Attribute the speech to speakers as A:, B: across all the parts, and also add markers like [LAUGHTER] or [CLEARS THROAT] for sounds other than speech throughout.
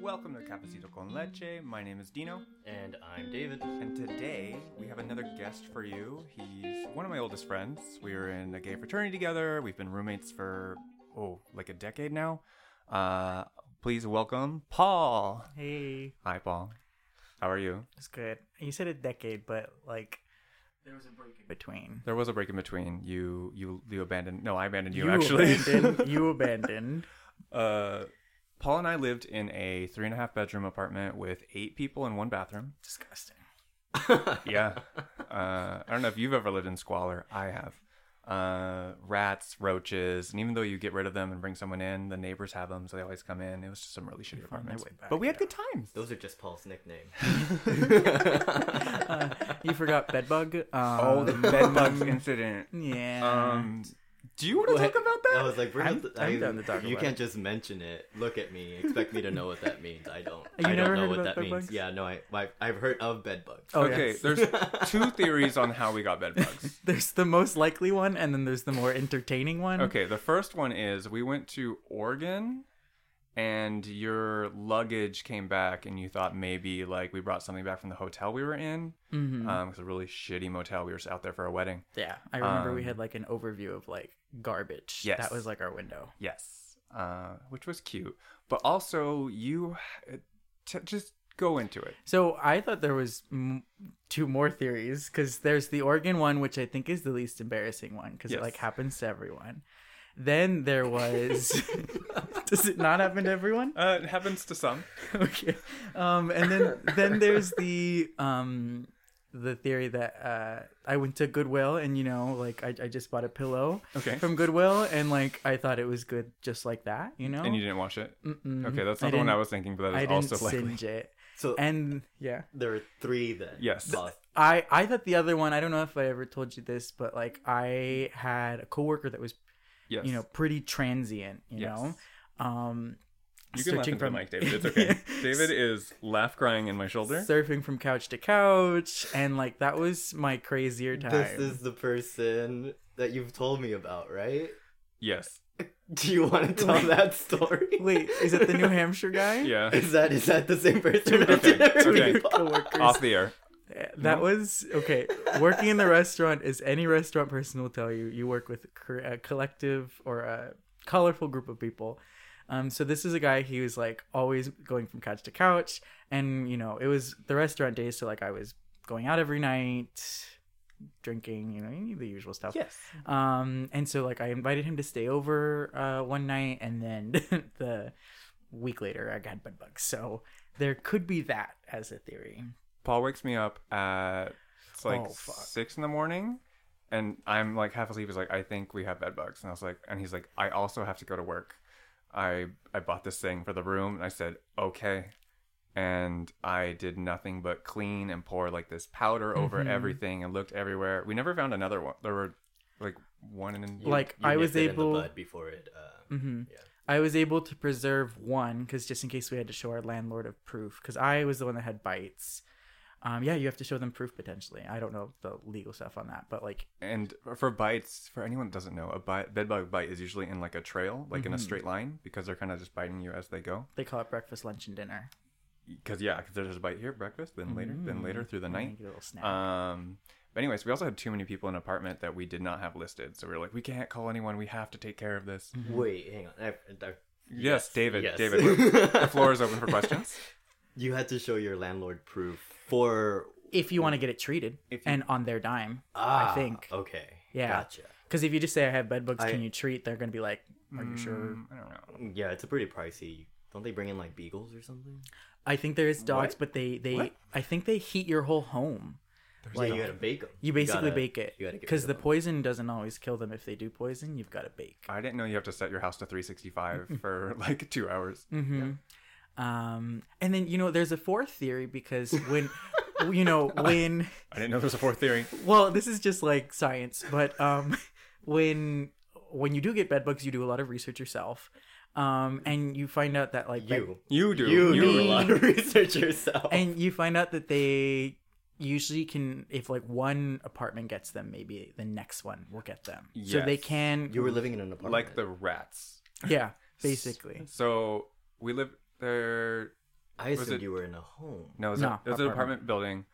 A: Welcome to Cafecito con Leche. My name is Dino,
B: And I'm David.
A: and today we have another guest for you. He's one of my oldest friends. We were in a gay fraternity together. We've been roommates for, oh, like a decade now. Uh, please welcome Paul.
C: Hey,
A: Hi, Paul. How are you?
C: it's good. You said a decade, but like there was a break in between.
A: There was a break in between. You, you, you abandoned. No, I abandoned you, actually.
C: abandoned. you abandoned.
A: [LAUGHS] Uh, Paul and I lived in a three and a half bedroom apartment with eight people in one bathroom.
C: Disgusting.
A: yeah. Uh, I don't know if you've ever lived in squalor. I have. Uh, rats, roaches, and even though you get rid of them and bring someone in, the neighbors have them, so they always come in. It was just some really shitty
C: found my
A: apartments.
C: way back,
A: but we had
C: yeah.
A: good times.
B: Those are just Paul's
C: [LAUGHS]
B: nickname.
C: You forgot bedbug. Um,
A: [LAUGHS] oh, the bed bugs [LAUGHS] incident.
C: yeah.
A: Um, do you want to talk about that?
B: I was like, we're
C: I'm-
B: not-
C: I'm
B: I-
C: down to talk
B: You
C: about
B: can't just mention it. Look at me. Expect me to know what that means. I don't.
C: [LAUGHS] You
B: I
C: never
B: don't know
C: heard
B: what
C: about
B: that
C: bed
B: means.
C: bugs?
B: Yeah, no, I, I've, I've heard of bed bugs.
C: Oh,
A: okay,
C: yes.
A: there's two theories on how we got bed bugs.
C: [LAUGHS] There's the most likely one, and then there's the more entertaining one.
A: Okay, the first one is we went to Oregon and your luggage came back and you thought maybe like we brought something back from the hotel we were in. Mm-hmm. Um, it was a really shitty motel. We were out there for a wedding.
C: Yeah, I remember we had like an overview of like garbage.
A: Yes.
C: That was like our window.
A: Yes. Uh, which was cute. But also you uh, t- just go into it.
C: So I thought there was m- two more theories because there's the Oregon one, which I think is the least embarrassing one because
A: Yes.
C: it like happens to everyone. Then
A: [LAUGHS]
C: there was, does it not happen to everyone?
A: Uh, it happens to some.
C: okay. Um, and then then there's the um, the theory that uh, I went to Goodwill and you know like I, I just bought a pillow
A: Okay.
C: from Goodwill and like I thought it was good just like that, you know.
A: [LAUGHS] And you didn't wash it.
C: Mm-mm.
A: Okay, that's
C: I
A: not the one I
C: didn't-
A: was thinking, but that is
C: I didn't
A: also likely.
C: singe it.
B: So
C: And yeah.
B: there are three then.
A: Yes.
B: Paul.
C: I I thought the other one. I don't know if I ever told you this, but like I had a coworker that was
A: Yes.
C: you know pretty transient. You
A: Yes.
C: know, um,
A: you can laugh
C: searching
A: into the
C: from-
A: mic, David. It's
C: [LAUGHS]
A: okay. David is laugh crying in my shoulder.
C: surfing from couch to couch, and like that was my crazier time.
B: This is the person that you've told me about, right? [LAUGHS]
A: Yes.
B: Do you want to tell that story?
C: Wait, is it
A: [LAUGHS]
B: [LAUGHS]
C: the New Hampshire guy?
A: Yeah.
C: [LAUGHS]
B: Is that is that the same person?
A: Okay, okay.
B: [LAUGHS]
C: Coworkers.
A: Off the air.
C: That was okay. Working in the restaurant, as any restaurant person will tell you, you work with cr- a collective or a colorful group of people. Um, so this is a guy. He was like always going from couch to couch, and you know it was the restaurant days. So like I was going out every night, drinking, you know the usual stuff.
A: Yes.
C: Um, and so like I invited him to stay over uh, one night, and then [LAUGHS] the week later I got bed bugs. So there could be that as a theory.
A: Paul wakes me up at it's like
C: Oh, fuck.
A: six in the morning, and I'm like half asleep. He's like, I think we have bed bugs, and I was like, and he's like, I also have to go to work. I I bought this thing for the room, and I said okay, and I did nothing but clean and pour like this powder over
C: Mhm.
A: everything and looked everywhere. We never found another one. There were like one in
B: You-
C: Like,
B: you
C: I was
B: nipped it in the
C: able-
B: bud before it. Uh,
C: hmm
B: Yeah.
C: I was able to preserve one because just in case we had to show our landlord of proof, because I was the one that had bites. Um, yeah, you have to show them proof potentially. I don't know the legal stuff on that, but like,
A: And for bites, for anyone that doesn't know, a bite, bed bug bite is usually in like a trail, like in a
C: Mhm.
A: straight line, because they're kind of just biting you as they go.
C: they call it breakfast, lunch, and dinner.
A: Because yeah, because there's just a bite here, breakfast, then later, then later through the
C: And then
A: night.
C: you get Mm-hmm. a little
B: Uh,
C: snack.
A: Um. But anyways, we also had too many people in an apartment that we did not have listed, so we were like, we can't call anyone. We have to take care of this.
B: Mm-hmm. Wait, hang on. I, I,
A: Yes, David.
B: yes.
A: David, we're-
B: [LAUGHS]
A: the floor is open for questions.
B: You had to show your landlord proof for
C: if you want to get it treated
A: If you-
C: and on their dime,
B: ah,
C: I think.
B: Okay.
C: Yeah.
B: Gotcha.
C: Because if you just say I have bed bugs,
B: I-
C: can you treat? They're gonna be like, Are you sure?
A: Mm, I don't know.
B: Yeah, it's a pretty pricey. Don't they bring in like beagles or something?
C: I think there is dogs,
B: What?
C: but they they
B: What?
C: I think they heat your whole home.
B: Like, yeah, you
C: Like,
B: gotta bake them.
C: you basically bake it
B: You gotta get
C: because
B: rid
C: the
B: of 'em.
C: poison doesn't always kill them. If they do poison, you've got to bake.
A: I didn't know you have to set your house to 365 for [LAUGHS] like two hours.
C: hmm Um, and then you know, there's a fourth theory because when
B: [LAUGHS]
C: you know when
A: I didn't know there was a fourth theory.
C: well, this is just like science, but um, [LAUGHS] when when you do get bed bugs, you do a lot of research yourself, um, and you find out that like bed-
B: You.
A: You do.
B: You, do a [LAUGHS]
C: me.
B: lot
C: [LAUGHS]
B: of research yourself.
C: and you find out that they usually can if like one apartment gets them maybe the next one will get them so they
A: Yes.
C: can
B: you were living in an apartment.
A: like the rats.
C: yeah basically
A: So we lived there
B: I
A: Was
B: assumed
A: it-
B: you were in a home.
A: No, it was,
C: No,
A: a, it was an
C: apartment.
A: apartment building.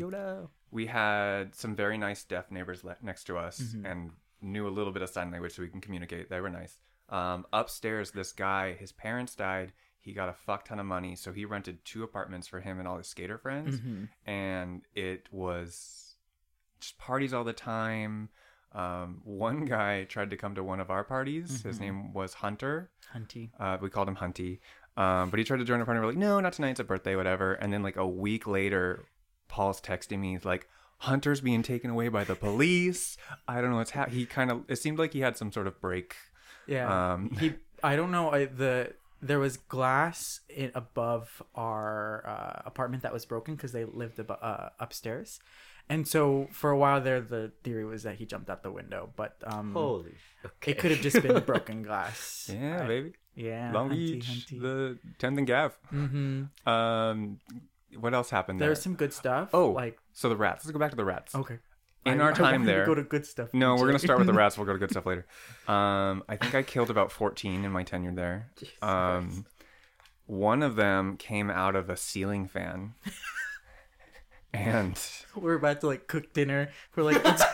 A: Um, we had some very nice deaf neighbors le- next to us
C: Mhm.
A: and knew a little bit of sign language so we can communicate. They were nice. Um, upstairs, this guy, his parents died. He got a fuck ton of money, so he rented two apartments for him and all his skater friends.
C: Mhm.
A: And it was just parties all the time. Um, one guy tried to come to one of our parties. His name was Hunter.
C: Hunty.
A: Uh, we called him Hunty. Um, but he tried to join our party. We're like, no, not tonight. It's a birthday, whatever. And then like a week later, Paul's texting me. He's like, Hunter's being taken away by the police. I don't know what's happening. He kind of, it seemed like he had some sort of break.
C: Yeah. [LAUGHS]
A: Um, [LAUGHS]
C: he. I don't know. I, the there was glass in, above our uh, apartment that was broken because they lived abo uh, upstairs, and so for a while there, the theory was that he jumped out the window. But
A: Mm-hmm.
C: um,
B: Holy. Okay.
C: it could have just been
A: [LAUGHS]
C: broken glass.
A: Yeah,
C: I-
A: baby.
C: Yeah.
A: Long
C: Uh, hunty,
A: Beach,
C: hunty.
A: the 10th and Gav.
C: Mhm.
A: Um, what else happened there?
C: There was some good stuff.
A: oh,
C: like
A: like, so the rats. Let's go back to the rats.
C: okay.
A: In
C: I-
A: our
C: [LAUGHS] I
A: time
C: wanted to
A: there-
C: go to good stuff.
A: No, we're gonna
C: actually.
A: start with the rats. We'll go to good stuff later. Um, I think I killed about fourteen in my tenure there. Um, one of them came out of a ceiling fan, and
C: [LAUGHS] we're about to like cook dinner.
A: [LAUGHS]
C: We're like, let's,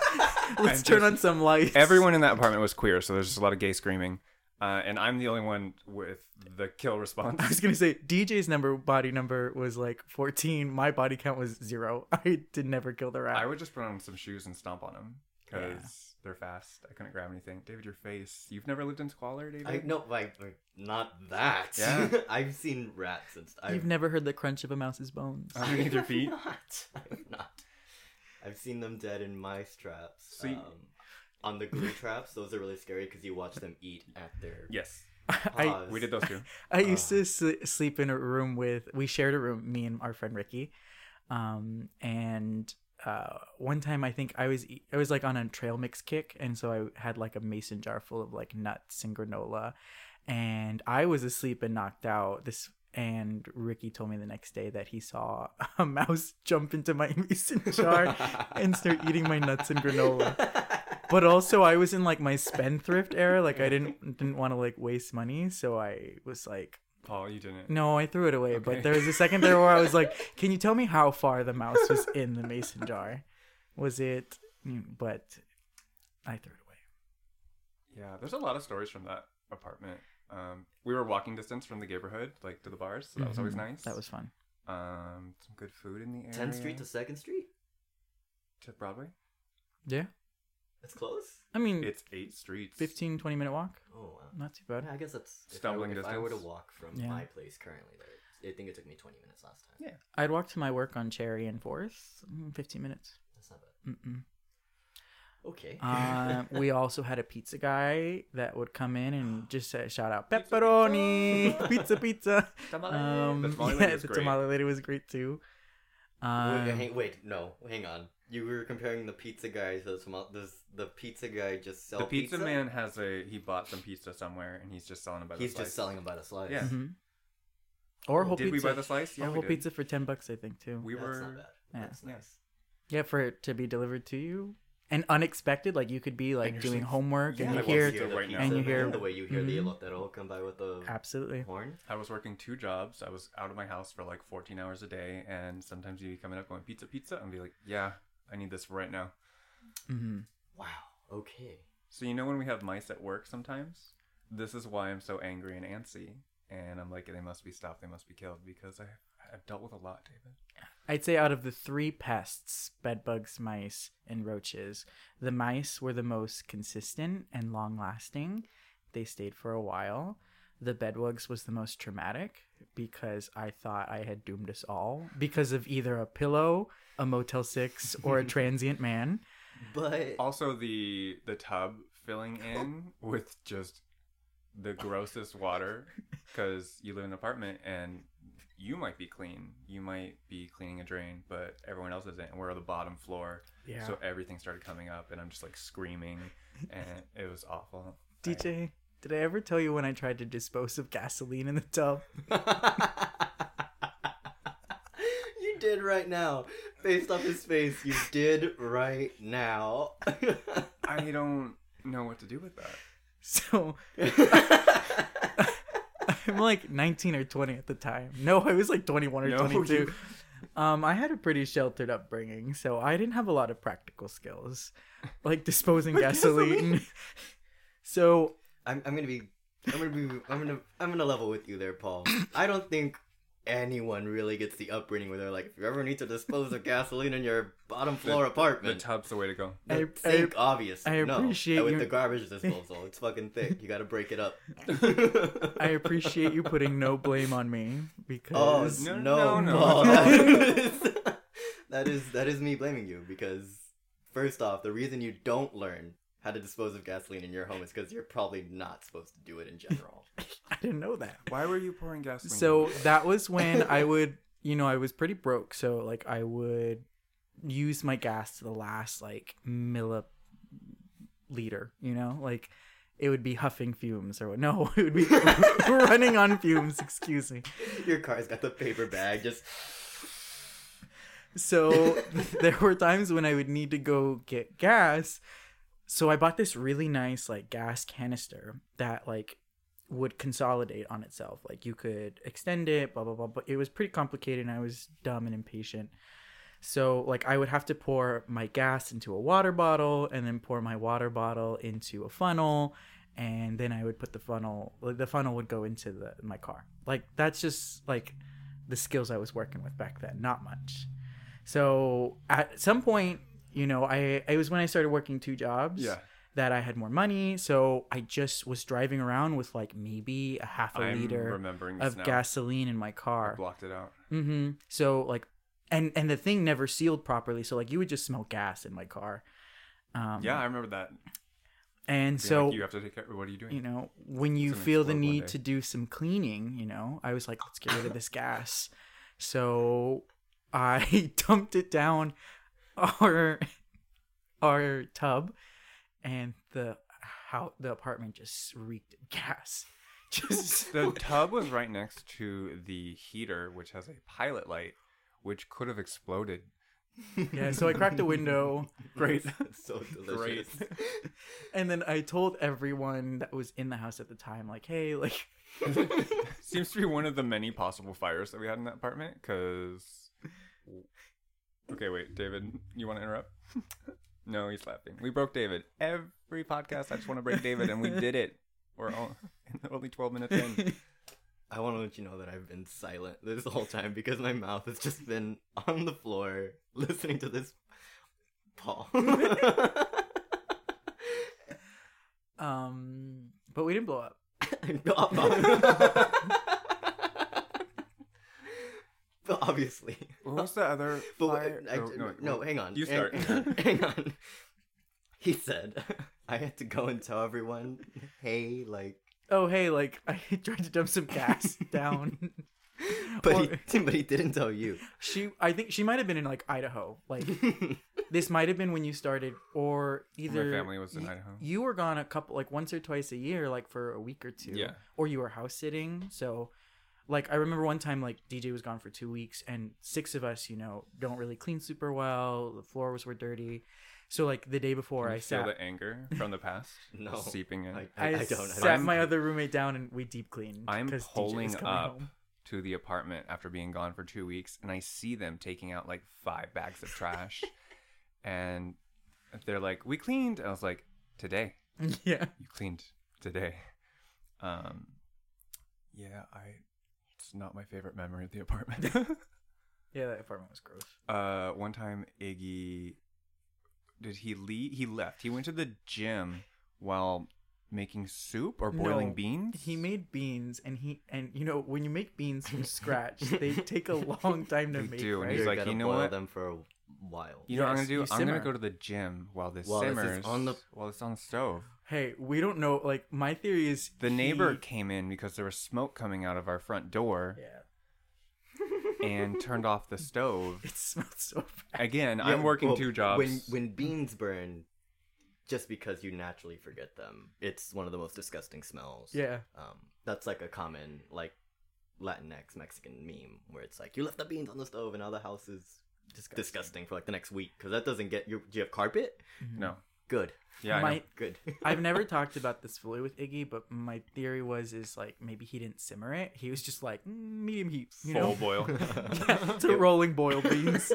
C: let's turn on some lights.
A: everyone in that apartment was queer, so there's just a lot of gay screaming. Uh, and I'm the only one with the kill response.
C: I [LAUGHS] was gonna say DJ's number body number was like fourteen. My body count was zero. [LAUGHS] I did never kill the rat.
A: I would just put on some shoes and stomp on them because they're fast. I couldn't grab anything. David, your face. You've never lived in squalor, David.
B: I, no, like, like, not that.
A: Yeah.
B: [LAUGHS] I've seen rats and stuff.
C: You've never heard the crunch of a mouse's bones.
A: Underneath your feet.
B: [LAUGHS] Not. I've not. I've seen them dead in mice traps.
A: So you-
B: um, on the glue traps, those are really scary because you watch them eat at their
A: Yes,
C: I
B: paws.
A: we
C: [LAUGHS]
A: did those too.
C: I used
A: uh.
C: to sl- sleep in a room with. We shared a room, me and our friend Ricky. Um, and uh, one time I think I was e- I was like on a trail mix kick, and so I had like a mason jar full of like nuts and granola, and I was asleep and knocked out. This and Ricky told me the next day that he saw [LAUGHS] a mouse jump into my [LAUGHS] mason
B: [LAUGHS]
C: jar and start eating my nuts and granola but also I was in like my spendthrift era. Like I didn't didn't want to like waste money, so I was like,
A: Paul, you didn't.
C: no, I threw it away. But
A: Okay.
C: there was a second there where I was like, can you tell me how far the mouse was in the mason jar? Was it? mm, But I threw it away.
A: Yeah, there's a lot of stories from that apartment. Um, we were walking distance from the neighborhood, like to the bars, so that was always
C: Mhm.
A: nice.
C: That was fun.
A: um, some good food in the area.
B: 10th Street to 2nd Street?
A: to Broadway.
C: Yeah,
B: That's close?
C: I mean,
A: It's eight streets.
C: 15, 20 minute walk,
B: Oh, wow.
C: not too bad.
B: Yeah, I guess that's. If
A: Stumbling
B: I, were- If I were to
A: distance.
B: walk from
C: Yeah.
B: my place currently there, I think it took me 20 minutes last time.
A: Yeah.
C: I'd walk to my work on Cherry and Fourth, mm, fifteen minutes.
B: That's not bad.
C: Mm-mm.
B: Okay. [LAUGHS]
C: Uh, we also had a pizza guy that would come
A: [GASPS]
C: in and just say, shout out pepperoni, pizza, pizza. Um,
A: The
C: [LAUGHS]
A: tamale
C: yeah,
A: lady was
C: the
A: great.
C: tamale lady was great too.
B: wait,
C: Um,
B: hang, wait, no, hang on. You were comparing the pizza guy to the tamal- Does the pizza guy just sell
A: the pizza, man has a. He bought some pizza somewhere, and he's just selling about.
B: He's
A: the
B: just selling them by the slice.
A: Yeah.
C: mhm. Or whole
A: did
C: pizza.
A: we buy the slice? Yeah,
C: or
A: we
C: whole
A: did.
C: pizza for ten bucks, I think too.
A: We
B: That's
A: were.
B: not bad.
C: Yeah.
B: That's
A: Yeah.
B: nice.
C: yeah, for it to be delivered to you and unexpected, like you could be like
A: you're
C: doing
A: sleep-
C: homework
A: Yeah,
C: and
A: I
C: you
A: was
C: hear
A: here. right now.
C: and you hear-
B: the way you hear the
C: Mhm.
B: elotero come by with the
C: absolutely.
B: horn.
A: I was working two jobs. I was out of my house for like 14 hours a day, and sometimes you'd be coming up going pizza, pizza, and be like, "Yeah, I need this right now."
C: hmm
B: Wow. Okay.
A: So you know when we have mice at work sometimes? This is why I'm so angry and antsy. And I'm like, they must be stopped, they must be killed, because I I've dealt with a lot, David.
C: I'd say out of the three pests, bed bugs, mice, and roaches, the mice were the most consistent and long lasting. They stayed for a while. The bedbugs was the most traumatic because I thought I had doomed us all because of either a pillow, a Motel 6, or a transient man.
B: But
A: Also the the tub
C: [LAUGHS]
A: filling in with just the grossest
C: [LAUGHS]
A: water because you live in an apartment and you might be clean. You might be cleaning a drain, but everyone else isn't. And we're on the bottom floor.
C: Yeah.
A: So everything started coming up and I'm just like
C: [LAUGHS]
A: screaming and it was awful.
C: DJ, did I ever tell you when I tried to dispose of gasoline in the tub?
B: [LAUGHS]
C: [LAUGHS]
B: you did right now. Based off his face, you did right now. [LAUGHS]
A: I don't know what to do with that.
C: So I'm like 19 or 20 at the time. [LAUGHS] No, I was like 21 or
A: No,
C: 22.
A: you-
C: Um, I had a pretty sheltered upbringing, so I didn't have a lot of practical skills,
A: [LAUGHS]
C: like disposing gasoline. [LAUGHS] so
B: I'm, I'm gonna be I'm gonna be I'm gonna I'm gonna level with you there,
C: [COUGHS]
B: Paul. I don't think anyone really gets the upbringing where they're like, if you ever need to dispose of gasoline in your bottom floor
A: The
B: apartment,
A: tub's the way to go.
B: the
C: I- I-
B: sink, obvious.
C: I
B: no,
C: appreciate
B: And with
C: your-
B: the garbage disposal. It's fucking thick. You gotta
A: [LAUGHS]
B: break it up. [LAUGHS]
C: I appreciate you putting no blame on me
B: Oh
C: because
A: No,
B: no,
A: no, no. [LAUGHS]
B: Paul, [LAUGHS] that is- that is that is me blaming you because first off, the reason you don't learn how to dispose of gasoline in your home is because you're probably not supposed to do it in general.
C: I didn't know that.
A: Why were you pouring gasoline?
C: So that was when I would, you know, I was pretty broke. So like I would use my gas to the last like milliliter, you know, like it would be huffing fumes or what? No, [LAUGHS] it would be running on fumes. Excuse me.
B: [LAUGHS] Your car's got the paper bag, just
C: So [LAUGHS] there were times when I would need to go get gas. So I bought this really nice like gas canister that like would consolidate on itself. Like you could extend it, blah blah blah. But it was pretty complicated and I was dumb and impatient. So like I would have to pour my gas into a water bottle and then pour my water bottle into a funnel and then I would put the funnel like the funnel would go into the my car. Like that's just like the skills I was working with back then, not much. So at some point, you know, I it was when I started working two jobs
A: Yeah.
C: that I had more money. So I just was driving around with like maybe a half a
A: I'm
C: liter
A: remembering this
C: of
A: now.
C: gasoline in my car.
A: Blocked it out.
C: Mm-hmm. So like, and and the thing never sealed properly. So like, you would just smell gas in my car. Um,
A: Yeah, I remember that. Being
C: And so
A: like, you have to take care. What are you doing?
C: you know, when you
A: gonna
C: feel the
A: explode one
C: need
A: day.
C: to do some cleaning, you know, I was like, let's get rid of this gas. So I [LAUGHS] dumped it down our our tub and the how the apartment just reeked of gas. [LAUGHS]
A: [LAUGHS]
C: Just
A: the tub was right next to the heater, which has a pilot light, which could have exploded. [LAUGHS]
C: yeah, so I cracked
B: [LAUGHS]
C: a window.
A: Great.
B: so delicious.
C: And then I told everyone that was in the house at the time, like, hey, like,
A: Seems to be one of the many possible fires that we had in that apartment. Because, okay, wait, David, you want to
C: [LAUGHS]
A: interrupt? no, he's laughing. We broke David every podcast. I just want to break David, and we did it. We're all, [LAUGHS] only twelve minutes in.
B: I want to let you know that I've been silent this whole time because my mouth has just been on the floor listening to this. Paul. [LAUGHS]
C: um, but we didn't blow up.
B: [LAUGHS] but obviously.
A: What was the other
B: [LAUGHS] But
A: fire?
B: I,
A: oh,
B: no,
A: wait,
B: hang on.
A: You
B: Hang-
A: start.
B: Hang on. [LAUGHS] Hang on. He said, [LAUGHS] I had to go and tell everyone, hey, like,
C: Oh, hey, like, [LAUGHS] I tried to dump some gas down.
B: [LAUGHS] but,
C: Or-
B: he, but he didn't
A: [LAUGHS]
B: tell you.
C: She, I think she might have been in like Idaho. Like
B: [LAUGHS]
C: this might have been when you started, or either
A: family was in
C: y-
A: Idaho.
C: You were gone a couple, like once or twice a year, like for a week or two.
A: Yeah.
C: Or you were house sitting. So, like I remember one time, like DJ was gone for two weeks, and six of us, you know, don't really clean super well. The floors were dirty. So like the day before,
A: Can
C: I
A: you feel
C: sat.
A: the anger from the past
B: [LAUGHS] No.
A: seeping in.
B: I, I,
C: I,
B: I don't. I
C: sat
B: don't.
C: my other roommate down and we deep cleaned.
A: I'm
C: 'cause DJ was
A: pulling
C: coming
A: up
C: home. [LAUGHS]
A: to the apartment after being gone for two weeks, and I see them taking out like five bags of
B: [LAUGHS]
A: trash, and they're like, "We cleaned." I was like, "Today,
C: yeah.
A: you cleaned today." Um, yeah, I. It's not my favorite memory of the apartment. [LAUGHS]
C: Yeah, that apartment was gross.
A: uh, one time Iggy, did he leave? He left. He went to the gym while making soup or boiling
C: No,
A: beans.
C: He made beans, and he and you know when you make beans from scratch, they take a long time to
A: They
C: make.
A: do, and
C: right?
A: he's
B: You're
A: like,
B: gonna
A: "You know
B: boil
A: what?
B: them for a while.
A: You know what I'm
C: Yes,
A: gonna do?
C: you
A: I'm gonna
C: simmer.
A: go to the gym while this
B: While this is
A: simmers.
B: on the-
A: while it's on the stove.
C: hey, we don't know. Like my theory is
A: The
C: he-
A: neighbor came in because there was smoke coming out of our front door
C: Yeah,
A: and turned off the
B: [LAUGHS]
A: stove.
C: it smells so [LAUGHS] bad.
A: Again,
B: Yeah,
A: I'm working
B: well,
A: two jobs.
B: When when beans burn, just because you naturally forget them, it's one of the most disgusting smells.
C: Yeah,
B: Um, that's like a common like Latinx Mexican meme where it's like you left the beans on the stove and now the house is disgusting, for like the next week because that doesn't get you. Do you have carpet?
A: no,
B: Good.
A: Yeah, I know.
C: Mm-hmm. my
B: Good.
C: I've never talked about this fully with Iggy, but my theory was is like maybe he didn't simmer it. He was just like "Mm, medium heat, you
A: full
C: know, [LAUGHS]
A: boil.
C: yeah,
A: [LAUGHS]
C: to rolling boiled
B: [LAUGHS]
C: beans.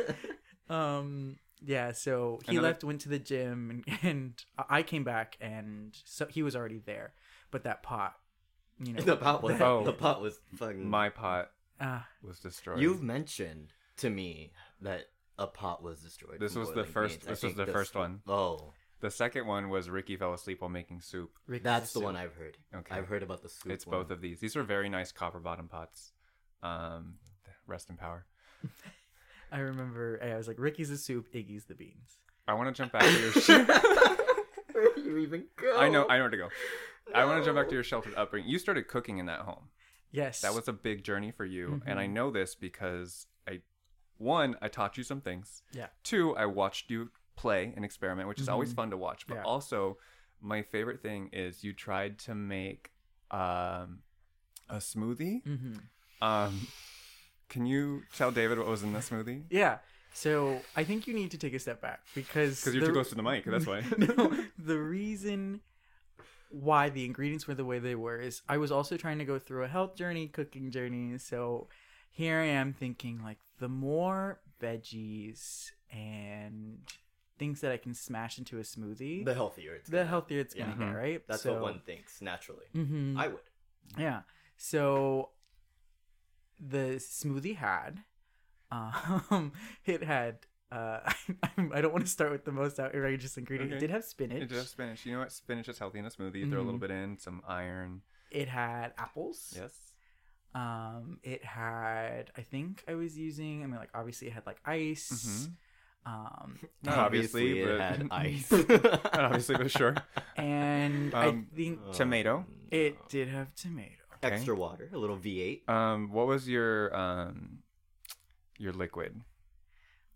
C: Um, yeah. So he
A: Another-
C: left, went to the gym, and, [LAUGHS] and I came back, and so he was already there. But that pot,
A: [LAUGHS]
C: you know,
B: [LAUGHS] the pot was
A: Oh.
B: the pot was fucking.
A: My pot
C: uh,
A: was destroyed.
B: You've mentioned to me that a pot was destroyed.
A: This
B: from
A: was the
B: boiling
A: first-
B: beans. I
A: this was
B: think
A: the first one.
B: Oh,
A: the second one was Ricky fell asleep while making soup.
C: Rick
B: that's
C: is
B: the
C: a-
B: one I've heard.
A: Okay.
B: I've heard about the soup.
A: it's
B: [LAUGHS]
A: both of these. These are very nice copper bottom pots. Um, rest in power.
C: I remember. eh, I was like, Ricky's the soup, Iggy's the beans.
A: I want to jump back to your. Sh-
B: Where do you even go?
A: I know. I know where to go. I want to jump back to your sheltered upbringing. You started cooking in that home.
C: Yes,
A: That was a big journey for you, and
C: Mm-hmm.
A: I know this because I, one, I taught you some things.
C: Yeah. Mm-hmm.
A: Two, I watched you play and experiment, which is always fun to watch. But
C: Yeah.
A: also, my favorite thing is you tried to make um, a smoothie.
C: hmm
A: Um, can you tell David what was in the smoothie?
C: Yeah. So I think you need to take a step back because
A: Because you're
C: the-
A: too close to the mic. [LAUGHS] That's
C: [LAUGHS]
A: why.
C: no, the reason why the ingredients were the way they were is I was also trying to go through a health journey, cooking journey. So here I am thinking like the more veggies and things that I can smash into a smoothie,
B: The
C: the,
B: healthier. It's gonna-
C: healthier it's gonna
A: Yeah.
C: get, right?
B: That's
C: So-
B: what one thinks naturally.
C: Mhm.
B: I would.
C: Yeah. So the smoothie had, um, [LAUGHS] it had. Uh, [LAUGHS] I, I don't want to start with the most outrageous ingredient. It
A: Okay.
C: did have spinach.
A: It does spinach. You know what? Spinach is healthy in a smoothie. Throw a little
C: Mhm.
A: bit in, some iron.
C: It had apples.
A: Yes.
C: Um, it had. I think I was using. I mean, like obviously it had like ice.
A: Mhm.
C: Um,
A: Not obviously,
B: it
A: but [LAUGHS]
B: had ice.
A: Not
B: [LAUGHS]
A: obviously, but sure. [LAUGHS]
C: and
A: Um,
C: I think
A: Tomato.
C: it did have tomato.
A: Okay.
B: Extra water, a little V8.
A: Um, what was your um, your liquid?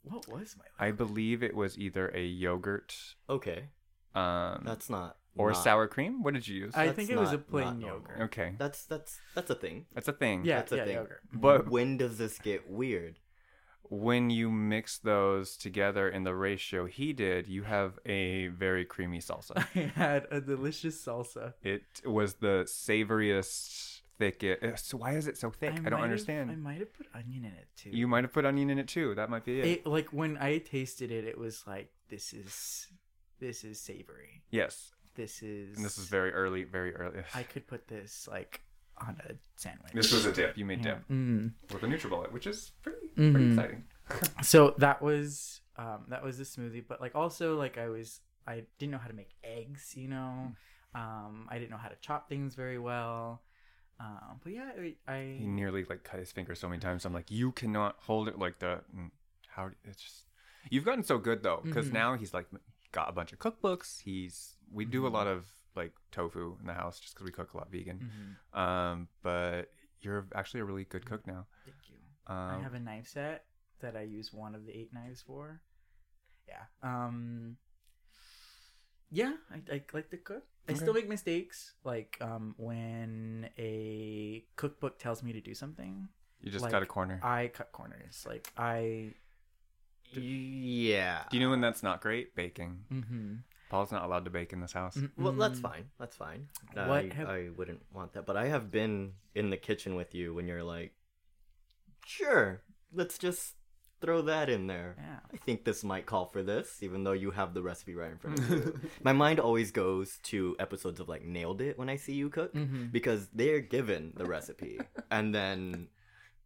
C: What was my?
A: I believe it was either a yogurt,
B: Okay,
A: um,
B: that's not
A: or
B: not-
A: sour cream. What did you use?
C: I
B: That's
C: think it was
B: not-
C: a plain
B: not normal.
C: yogurt.
A: okay,
B: That's that's that's a thing.
A: that's a thing.
C: Yeah,
B: That's a
C: yeah,
B: thing.
C: yogurt.
A: But
B: When does this get weird?
A: when you mix those together in the ratio he did, you have a very creamy salsa.
C: [LAUGHS] I had a delicious salsa.
A: it was the savoriest, thickest. uh, So why is it so thick? I,
C: might
A: don't
C: have-
A: understand.
C: I might have put onion in it too.
A: You might have put onion in it too. That might be it.
C: It, like when I tasted it, it was like this is this is savory.
A: yes,
C: This is
A: and this is very early, very early. [LAUGHS]
C: I could put this like on a sandwich.
A: this was a dip. You made
C: Yeah.
A: dip
C: Mm.
A: with a NutriBullet, which is pretty, pretty
C: Mhm.
A: exciting.
C: So that was um, that was the smoothie, but like also like I was I didn't know how to make eggs, you know.
A: Hmm.
C: Um, I didn't know how to chop things very well. Um, but yeah, I, I
A: He nearly like cut his finger so many times. I'm like, you cannot hold it like that. And how it's just you've gotten so good though, because
C: Mhm.
A: now he's like got a bunch of cookbooks. He's we do a lot of like tofu in the house just because we cook a lot vegan.
C: Mhm.
A: Um, but you're actually a really good cook now.
C: thank you. I have
A: Um,
C: a knife set that I use one of the eight knives for. Yeah. Um. Yeah, I, I like to cook. I
A: Okay.
C: still make mistakes, like um, when a cookbook tells me to do something,
A: you just
C: like,
A: cut a corner.
C: I cut corners. Like I,
B: Yeah.
A: do you know when that's not great? Baking.
C: mm-hmm.
A: Paul's not allowed to bake in this house.
B: Well, that's fine. That's fine.
C: Hmm. What
B: I,
C: have-
B: I wouldn't want that, but I have been in the kitchen with you when you're like, sure, let's just throw that in there.
C: Yeah.
B: I think this might call for this, even though you have the recipe right in front of
C: [LAUGHS]
B: you. My mind always goes to episodes of like Nailed It when I see you cook
A: Mm-hmm.
C: Mhm.
B: because they're given the recipe and then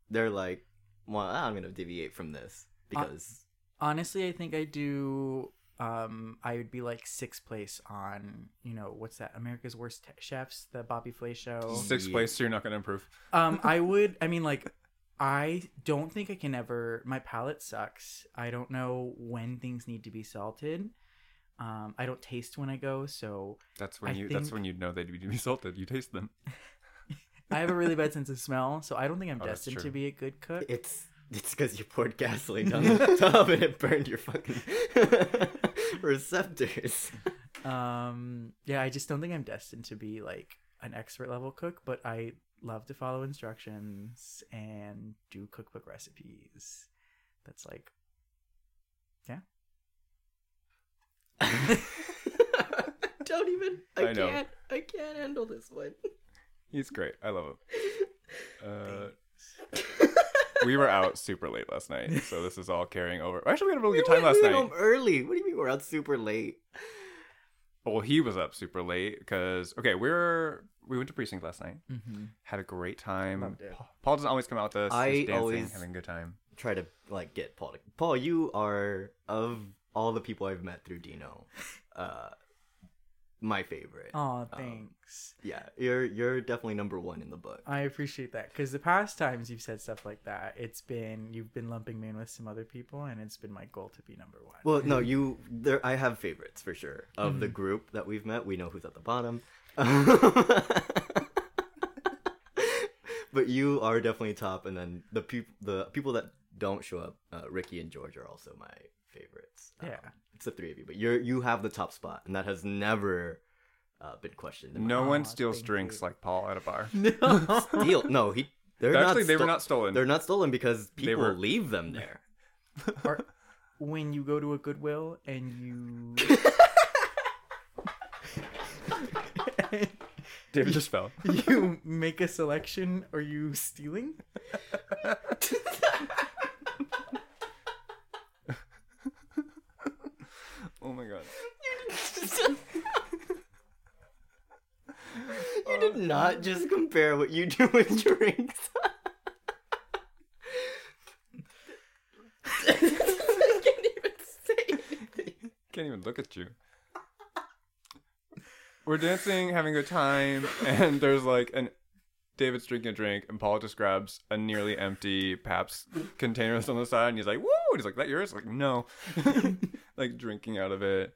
B: they're like, well, I'm going to deviate from this
C: Uh,
B: because.
C: Honestly, I think I do. Um, I would be like sixth place on you know what's that America's Worst Te- Chefs, the Bobby Flay show.
A: Sixth
B: Yeah.
A: place, so you're not going to improve.
C: Um, I would. I mean, like, I don't think I can ever. My palate sucks. I don't know when things need to be salted. Um, I don't taste when I go, so
A: That's when
C: I
A: you. That's
C: think-
A: when you know they'd be [LAUGHS] salted. You taste them.
C: I have a really
A: [LAUGHS]
C: bad sense of smell. So I don't think I'm
A: Oh, that's
C: destined to
A: true.
C: be a good cook.
B: It's it's because you poured gasoline on the tub and it burned your fucking [LAUGHS] receptors. [LAUGHS]
C: Um, yeah, I just don't think I'm destined to be like an expert level cook. But I love to follow instructions and do cookbook recipes. That's like
B: don't even. I,
A: I know.
B: can't. I can't handle this one.
A: He's great. I love him. Uh, we were out super late last night, so this is all carrying over. Actually, we had a really good time last
B: we went
A: night.
B: home early. What do you mean we're out super late?
A: Well, he was up super late because okay, we were we went to precinct last night.
C: Mm-hmm.
A: Had a great time.
B: Loved it.
A: Pa- Paul doesn't always come out to us.
B: I
A: He's dancing,
B: always-
A: having a good time.
B: Try to like get Paul. To... Paul, you are of all the people I've met through Dino, uh, my favorite.
C: Oh, thanks.
B: Yeah, you're you're definitely number one in the book.
C: I appreciate that because the past times you've said stuff like that, it's been you've been lumping me in with some other people, and it's been my goal to be number one.
B: Well,
A: [LAUGHS]
B: no, you there. I have favorites for sure of
A: Mm.
B: the group that we've met. We know who's at
A: [LAUGHS]
B: the bottom, but you are definitely top. And then the people, the people that don't show up, uh, Ricky and George are also my favorites. Um,
C: Yeah.
B: it's the three of you, but you're you have the top spot, and that has never uh, been questioned. in my-
A: No
C: Aw,
A: one steals
C: thank
A: drinks
C: you.
A: like Paul at a bar.
C: no.
B: Deal? No, he. They're
A: Actually,
B: not
A: they were
B: sto-
A: not stolen.
B: They're not stolen because people
A: were-
B: leave them there.
C: Or when you go to a Goodwill [LAUGHS] and you
A: David just fell.
C: you make a selection, are you stealing?
A: Oh my god.
B: You did not just compare what you do with [LAUGHS] drinks. I can't even say.
A: Can't even look at you. We're dancing, having a good time, and there's like an David's drinking a drink, and Paul just grabs a nearly empty Paps container that's on the side, and he's like, "Woo!" And he's like, "That yours?" Like, no, [LAUGHS] like drinking out of it.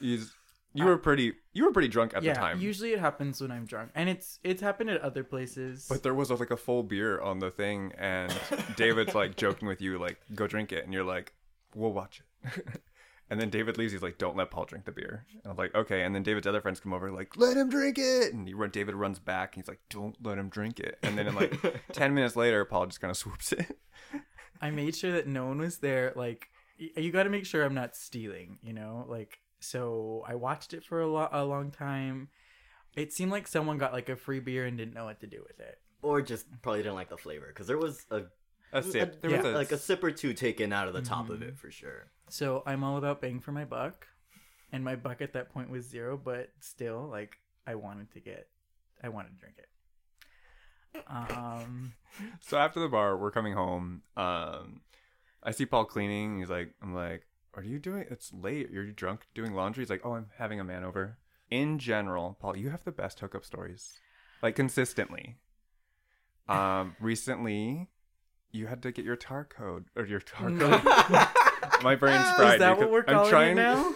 A: He's you were pretty you were pretty drunk at
C: yeah.
A: the time,
C: Usually it happens when I'm drunk, and it's it's happened at other places.
A: but there was like a full beer on the thing, and David's like joking with you, like, "Go drink it," and you're like, "We'll watch it." [LAUGHS] and then David leaves. He's like, "Don't let Paul drink the beer." And I'm like, "Okay." And then David's other friends come over, like, "Let him drink it." And he run. David runs back, and he's like, "Don't let him drink it." And then in like [LAUGHS] ten minutes later, Paul just kind of swoops [LAUGHS] it.
C: I made sure that no one was there. Like, y- you got to make sure I'm not stealing, you know? Like, so I watched it for a, lo- a long time. It seemed like someone got like a free beer and didn't know what to do with it.
B: Or just probably didn't like the flavor because there was a,
A: A sip. There
B: yeah,
A: was a,
B: like a sip or two taken out of the top of it for sure.
C: So I'm all about bang for my buck. And my buck at that point was zero, but still, like, I wanted to get, I wanted to drink it. Um,
A: so after the bar, we're coming home. Um, I see Paul cleaning. He's like, I'm like, are you doing? It's late. You're drunk doing laundry. He's like, oh, I'm having a man over. In general, Paul, you have the best hookup stories, like consistently.
C: [LAUGHS]
A: Um, recently, you had to get your tar code or your tar code.
C: [LAUGHS]
A: My brain's fried.
C: is that what
A: because
C: we're calling
A: I'm trying
C: it now?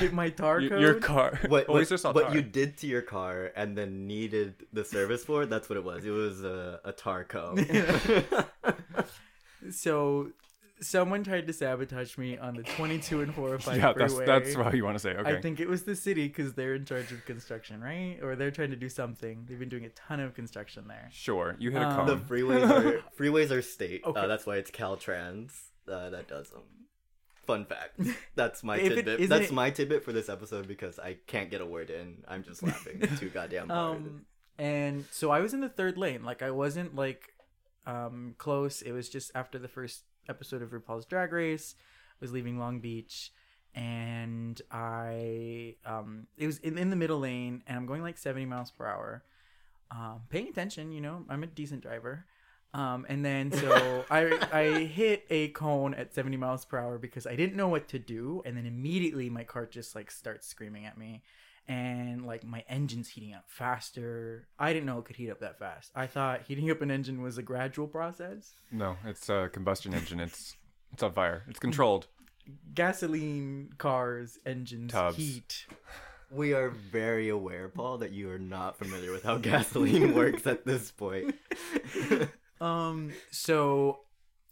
C: Get my tar
A: Y- [LAUGHS]
C: code?
A: Your car. [LAUGHS]
B: What
A: Always
B: what,
A: just saw
B: what
A: tar.
B: you did to your car and then needed the service for? That's what it was. It was a, a [LAUGHS] Tarco.
C: So someone tried to sabotage me on the 22 and
A: [LAUGHS]
C: 405
A: Yeah, that's
C: freeway.
A: that's what you want to say. Okay.
C: I think it was the city because they're in charge of construction, right? Or they're trying to do something. They've been doing a ton of construction there.
A: sure. You hit a
C: Um,
A: cone.
B: the freeways
C: [LAUGHS]
B: are freeways are state. Uh,
C: Okay.
B: that's why it's Caltrans uh, that does them. Fun
C: [LAUGHS]
B: fact. That's my
C: If it-
B: tidbit.
C: isn't
B: That's
C: it-
B: my tidbit for this episode because I can't get a word in. I'm just
C: [LAUGHS]
B: laughing too goddamn hard.
C: Um, and so I was in the third lane. Like I wasn't like um close. It was just after the first episode of RuPaul's Drag Race. I was leaving Long Beach, and I um it was in, in the middle lane, and I'm going like 70 miles per hour. Um, paying attention, you know, I'm a decent driver. Um, and then so I I hit a cone at 70 miles per hour because I didn't know what to do, and then immediately my car just like starts screaming at me and like my engine's heating up faster. I didn't know it could heat up that fast. I thought heating up an engine was a gradual process.
A: no, it's a combustion engine. It's it's on fire. It's controlled.
C: Gasoline, cars, engines,
A: Tubs.
C: heat.
B: we are very aware, Paul, that you are not familiar with how
C: [LAUGHS]
B: gasoline works at this point.
C: Um, so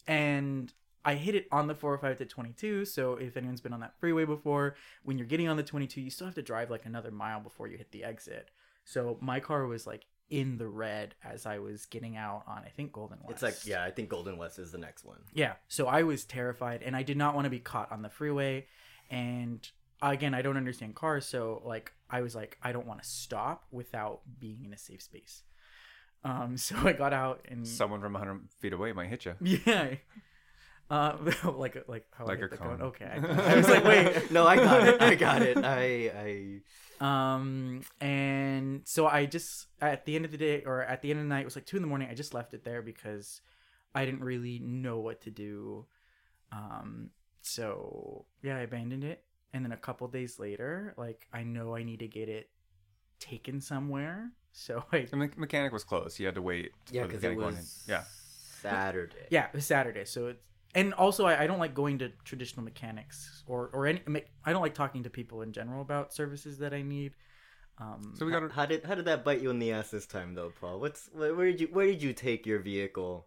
C: and I hit it on the 405 to 22. So if anyone's been on that freeway before, when you're getting on the 22, you still have to drive like another mile before you hit the exit. So my car was like in the red as I was getting out on I think Golden
B: It's
C: West.
B: like yeah, I think Golden West is the next one.
C: Yeah. So I was terrified and I did not want to be caught on the freeway. And again, I don't understand cars, so like I was like, I don't want to stop without being in a safe space. Um, [LAUGHS] so I got out and
A: Someone from 100 feet away might hit you.
C: [LAUGHS] yeah, uh, [LAUGHS] like like how I
A: Like
C: hit
A: a
C: the cone.
A: cone.
C: Okay, I, got it. [LAUGHS] I was like,
A: [LAUGHS]
B: [LAUGHS]
C: wait,
B: no, I got it. I got
C: [LAUGHS]
B: it. I
C: um and so i just at the end of the day or at the end of the night it was like two in the morning i just left it there because i didn't really know what to do um so yeah i abandoned it and then a couple days later like i know i need to get it taken somewhere [LAUGHS] so i
A: The me- mechanic was closed. He had to wait.
B: I
C: Oh,
B: yeah,
A: for the
B: because it
A: mechanic one
B: was
A: in. Yeah.
B: Saturday.
C: yeah it was saturday so it's and also I, I don't like going to traditional mechanics or or any me- i don't like talking to people in general about services that i need um
A: So we got.
B: How did how did that bite you in the ass this time though, Paul? What's where, where did you where did you take your vehicle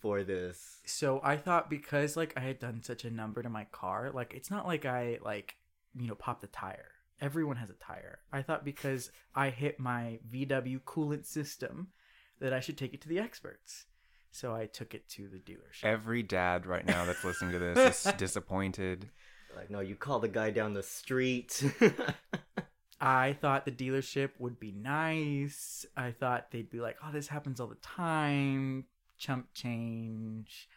B: for this?
C: so i thought because like i had done such a number to my car like it's not like i like you know popped a tire everyone has a tire i thought because i hit my vw coolant system that i should take it to the experts so i took it to the dealership
A: Every dad right now that's listening to this is disappointed.
B: Like, no, you call the guy down the street. [LAUGHS]
C: i thought the dealership would be nice i thought they'd be like oh this happens all the time chump change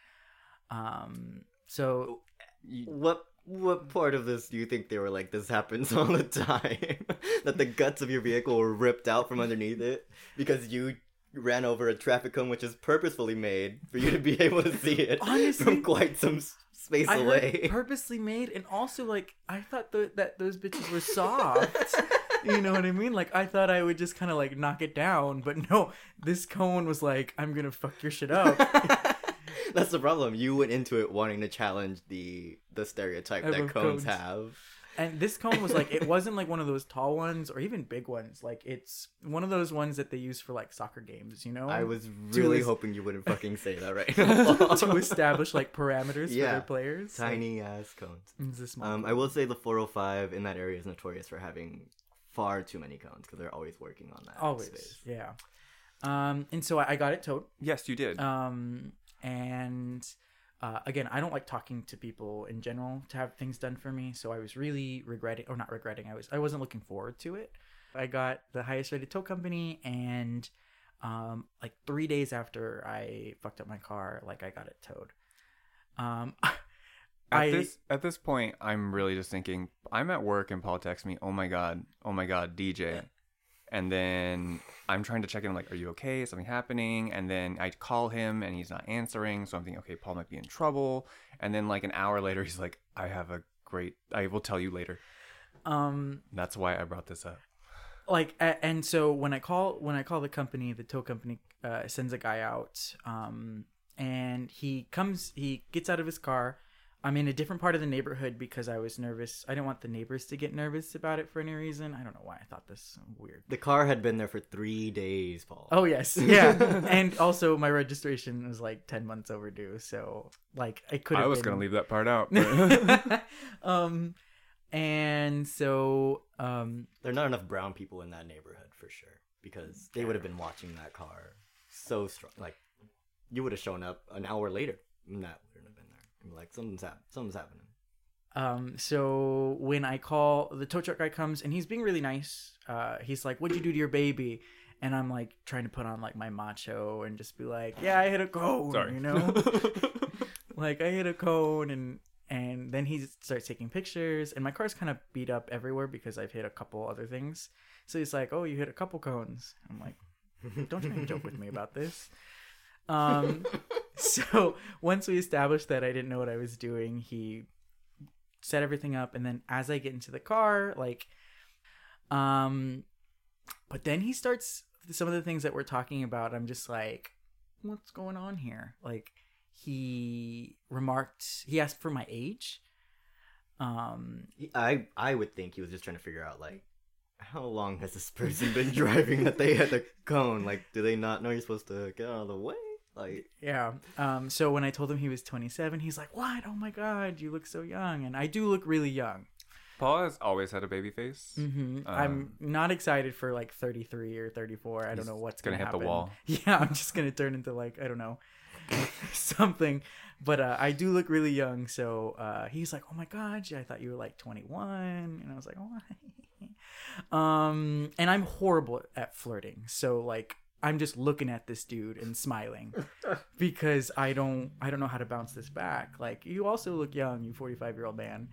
C: um so
A: You-
B: what what part of this do you think they were like? This happens all the time. [LAUGHS] that the guts of your vehicle were ripped out from underneath it because you ran over a traffic cone, which is purposefully made for you to be able to see it
C: [LAUGHS] Honestly,
B: from quite some s- space
C: I
B: away.
C: heard purposely made, and also like I thought tho- that those bitches
B: [LAUGHS]
C: were soft. you know what I mean? Like I thought I would just kind of like knock it down, but no, this cone was like, I'm gonna fuck your
B: [LAUGHS]
C: shit up.
B: That's the problem. You went into it wanting to challenge the the stereotype
C: Type
B: that
C: of
B: cones,
C: cones.
B: have.
C: and this cone was like, it wasn't like one of those tall ones or even big ones. Like it's one of those ones that they use for like soccer games. You know,
B: I was really
C: is-
B: hoping you wouldn't fucking say that right
C: [LAUGHS]
B: [LAUGHS]
C: to
B: now.
C: establish like parameters for
B: Yeah.
C: their players.
B: Tiny ass cones.
C: Like, it's a small.
B: Um, I will say the 405 in that area is notorious for having far too many cones because they're always working on that.
C: always,
B: space.
C: yeah. Um, and so I, I got it towed.
A: yes, you did.
C: um and uh, again i don't like talking to people in general to have things done for me so i was really regretting or not regretting i was i wasn't looking forward to it i got the highest rated tow company and um like three days after i fucked up my car like i got it towed um [LAUGHS]
A: At
C: I-
A: this at this point, I'm really just thinking. I'm at work and Paul texts me, "Oh my god, oh my god, DJ," and then I'm trying to check in. I'm like, "Are you okay? Is something happening?" And then I call him and he's not answering. So I'm thinking, "Okay, Paul might be in trouble." And then like an hour later, he's like, "I have a great. I will tell you later."
C: um
A: That's why I brought this up.
C: like a- and so when i call when i call the company the tow company uh, sends a guy out um and he comes he gets out of his car i'm in a different part of the neighborhood because i was nervous i didn't want the neighbors to get nervous about it for any reason i don't know why i thought this weird
B: The car had been there for three days, Paul.
C: oh yes [LAUGHS] yeah and also my registration was like 10 months overdue so like i could
A: I
C: have
A: was
C: been...
A: gonna leave that part out.
C: [LAUGHS]
A: but- [LAUGHS]
C: um and so um
B: There are not enough brown people in that neighborhood for sure because they would have been watching that car so strong. Like, you would have shown up an hour later and that wouldn't have been there. You'd be like, something's, hap- something's happening.
C: Um, so when I call, the tow truck guy comes and he's being really nice. Uh, he's like, "What'd you do to your baby?" And I'm like trying to put on like my macho and just be like, "Yeah, I hit a cone,"
A: Sorry.
B: [LAUGHS]
C: you know, like I hit a cone and and then he starts taking pictures and my car's kind of beat up everywhere because I've hit a couple other things. So he's like, "Oh, you hit a couple cones." I'm like
B: [LAUGHS]
C: don't try and joke with me about this. Um, [LAUGHS] so once we established that I didn't know what I was doing, he set everything up, and then as I get into the car, like, um, but then he starts some of the things that we're talking about. I'm just like, what's going on here? Like, he remarked, he asked for my age. Um,
B: I, I would think he was just trying to figure out, like, how long has this person been [LAUGHS] driving that they had the cone? Like, do they not know you're supposed to get out of the way? Like,
C: Yeah. Um, so when I told him he was 27, he's like, "What? Oh my God, you look so young!" And I do look really young.
A: Paul has always had a baby face.
C: hmm I'm
A: Um,
C: not excited for like 33 or 34. I don't
A: He's
C: know what's
A: gonna
C: [LAUGHS] gonna,
A: hit the
C: happen.
A: wall.
C: Yeah, I'm just gonna turn into like I don't know [LAUGHS] something. But uh, I do look really young, so uh, he's like, "Oh my god, I thought you were like 21," and I was like, "Oh." [LAUGHS] um, and I'm horrible at flirting, so like I'm just looking at this dude
A: [LAUGHS]
C: and smiling because I don't I don't know how to bounce this back. Like you also look young, you 45 year old man,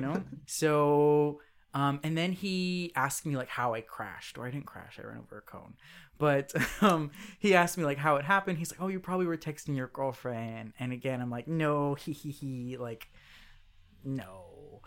A: [LAUGHS]
C: know. so um, and then he asked me like how I crashed, or I didn't crash, I ran over a cone. But [LAUGHS] um, he asked me like how it happened. He's like, oh, you probably were texting your girlfriend. And again, I'm like, no, he he he, like, no.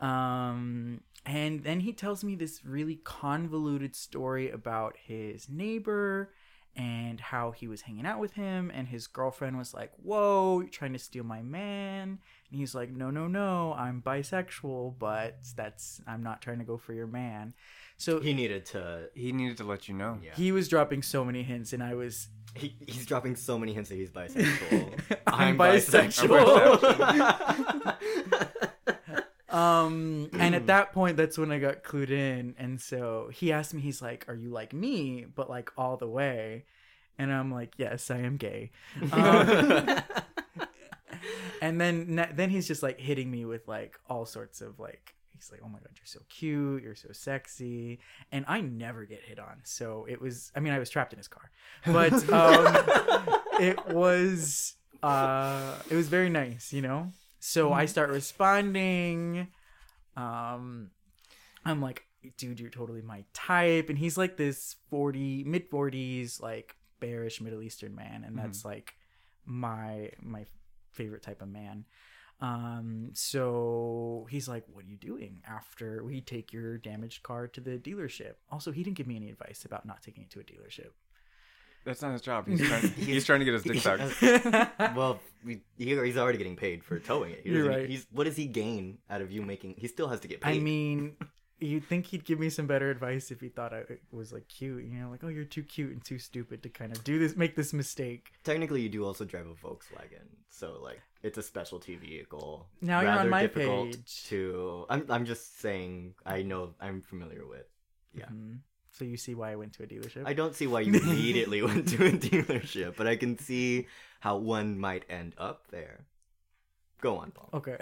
C: Um, and then he tells me this really convoluted story about his neighbor and how he was hanging out with him and his girlfriend was like whoa you're trying to steal my man and he's like no no no i'm bisexual but that's i'm not trying to go for your man so
B: He needed to.
A: He needed to let you know.
B: Yeah.
C: he was dropping so many hints and i was
B: He, he's dropping so many hints that he's bisexual.
C: [LAUGHS] i'm,
A: bisexual.
B: [LAUGHS]
C: bisexual um and at that point that's when i got clued in and so he asked me he's like are you like me but like all the way and i'm like yes i am gay um, [LAUGHS] and then na- then he's just like hitting me with like all sorts of like he's like oh my god you're so cute you're so sexy and i never get hit on so it was i mean i was trapped in his car but
B: [LAUGHS]
C: um it was uh it was very nice you know so i start responding um i'm like dude you're totally my type and he's like this 40 mid 40s like bearish middle eastern man and that's like my my favorite type of man um so he's like what are you doing after we take your damaged car to the dealership also he didn't give me any advice about not taking it to a dealership [LAUGHS]
A: That's not his job. He's trying, he's trying to get his dick back.
B: well, we, he, he's already getting paid for towing it. He
C: You're
B: doesn't-
C: right.
B: He's, what does he gain out of you making? He still has to get paid. [LAUGHS]
C: I mean, you'd think he'd give me some better advice if he thought I it was like cute, you know, like oh you're too cute and too stupid to kind of do this, make this mistake.
B: technically, you do also drive a Volkswagen, so like it's a specialty vehicle.
C: Now you're on my
B: difficult
C: page.
B: To I'm, I'm just saying. I know. I'm familiar with. Yeah.
C: Mhm. So you see why I went to a dealership.
B: I don't see why you immediately [LAUGHS] went to a dealership, but I can see how one might end up there. Go on, Paul.
C: okay.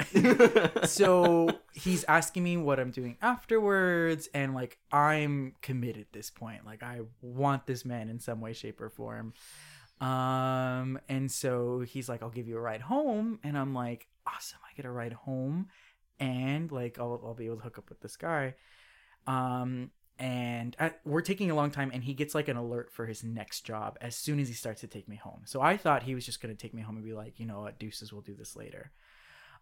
B: [LAUGHS]
C: so he's asking me what I'm doing afterwards, and like I'm committed at this point. Like I want this man in some way, shape, or form. Um, and so he's like, "I'll give you a ride home," and I'm like, "Awesome! I get a ride home, and like I'll I'll be able to hook up with this guy." Um, and I, we're taking a long time, and he gets like an alert for his next job as soon as he starts to take me home. So I thought he was just gonna take me home and be like, "You know what, deuces, we'll do this later."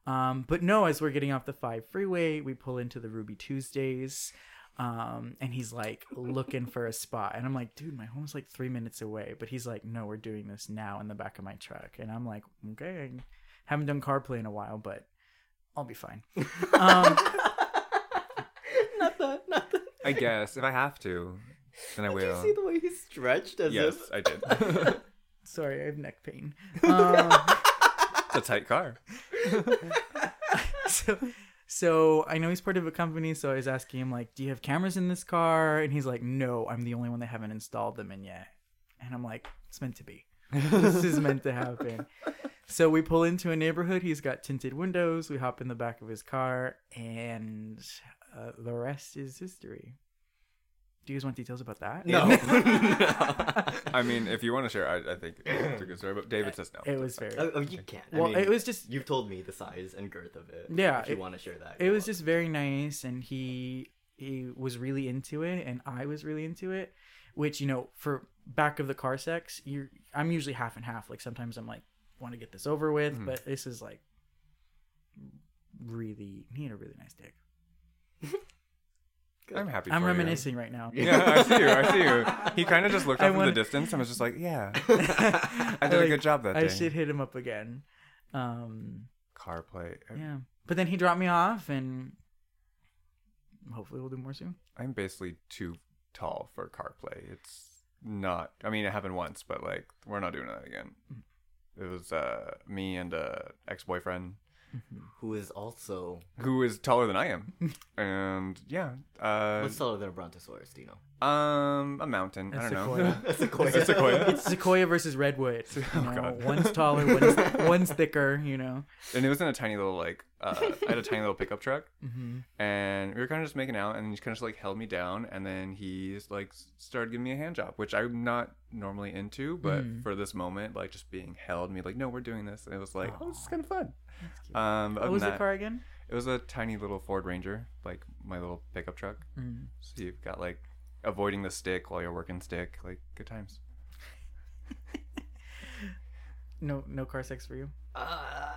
C: Um, but no, as we're getting off the five freeway, we pull into the Ruby Tuesdays. Um, and he's like looking for a spot. And I'm like, dude, my home's like three minutes away. But he's like, no, we're doing this now in the back of my truck. And I'm like, okay, I haven't done CarPlay in a while, but I'll be fine. Um,
B: not the, not the.
A: I guess if I have to, then I
B: Did you
A: will.
B: see the way he stretched as
A: yes,
B: if
A: I did.
C: sorry, I have neck pain. Um,
A: It's a tight car.
C: [LAUGHS] so so I know he's part of a company, so I was asking him like, "Do you have cameras in this car?" And he's like, "No, I'm the only one that haven't installed them in yet." And I'm like, "It's meant to be. this is meant to happen." So we pull into a neighborhood. He's got tinted windows. We hop in the back of his car, and uh, the rest is history. Do you guys want details about that?
B: No.
C: [LAUGHS]
A: I mean, if you want to share, I, I think it's a
C: [CLEARS THROAT]
A: good story. But David says no.
C: it was very.
B: Oh, oh, you can't. I
C: well,
B: mean,
C: it was just
B: You've told me the size and girth of it.
C: Yeah,
B: If you
C: it-
B: want to share that.
C: it
B: go
C: was
B: on.
C: just very nice and he he was really into it and i was really into it which you know for back of the car sex you i'm usually half and half like sometimes i'm like want to get this over with
A: Mhm.
C: but this is like really he had a really nice dick
A: I'm happy.
C: i'm
A: for you.
C: reminiscing right now
A: Yeah, I see you. I see
C: [LAUGHS]
A: you. He kind of just looked
C: I
A: up
C: wanna-
A: from the distance and was just like, "Yeah,
C: [LAUGHS] i
A: I did a good job that
C: i
A: day."
C: should hit him up again um
A: Car play. I-
C: yeah but then he dropped me off and hopefully we'll do more soon
A: I'm basically too tall for car play. It's not. I mean, it happened once, but
B: Mm-hmm.
A: uh, like, we're not doing that again. It was uh, me and a ex boyfriend,
B: [LAUGHS] who is also
A: who is taller than I
B: [LAUGHS]
A: am. and yeah, uh,
B: what's taller than a brontosaurus? Do you [LAUGHS] know?
A: um, a mountain. I
C: That's
A: don't know.
C: sequoia.
B: A sequoia. [LAUGHS]
A: It's [LAUGHS] a sequoia.
C: It's sequoia versus redwood. You
A: [LAUGHS] Oh,
C: know,
A: God.
C: one's taller, one's,
A: [LAUGHS]
C: one's thicker. You know.
A: and it was in a tiny little like uh, I had a tiny little pickup truck,
C: Mm-hmm.
A: and we were kind of just making out, and he kind of just like held me down, and then he just, like s- started giving me a hand job, which I'm not normally into, but
C: Mm.
A: for this moment, like just being held, me like no, we're doing this, and it was like oh, this is kind of fun. Um, but other
C: What was
A: than
C: the
A: that,
C: car again?
A: It was a tiny little Ford Ranger, like my little pickup truck.
C: Mm,
A: So you've got like avoiding the stick while you're working stick, like good times.
C: No, no car sex for you.
B: Uh,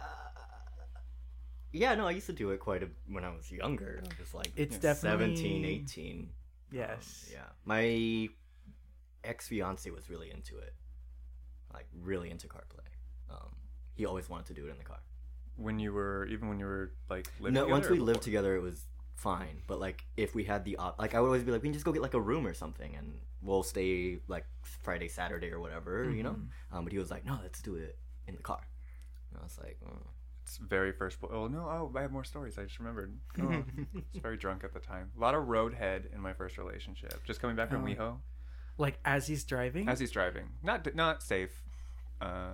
B: yeah, no, I used to do it quite a when I was younger. I was like
C: It's definitely
B: 17, 18.
C: Yes.
B: Yeah. My ex fiance was really into it. Like really into CarPlay. Um, he always wanted to do it in the car.
A: When you were even when you were like living
B: no,
A: together
B: once
A: or
B: we lived
A: before?
B: together it was fine. But like if we had the op like I would always be like, we can just go get like a room or something and we'll stay like Friday, Saturday or whatever, you know? Um, but he was like, No, let's do it in the car. And I was like, "Mm."
A: It's very first. bo- Oh no! Oh, I have more stories. I just
B: [LAUGHS]
A: remembered. Go on. I was very drunk at the time. A lot of roadhead in my first relationship. Just coming
B: Oh.
A: back from WeHo
C: Like as he's driving.
A: as he's driving. Not not safe. Uh,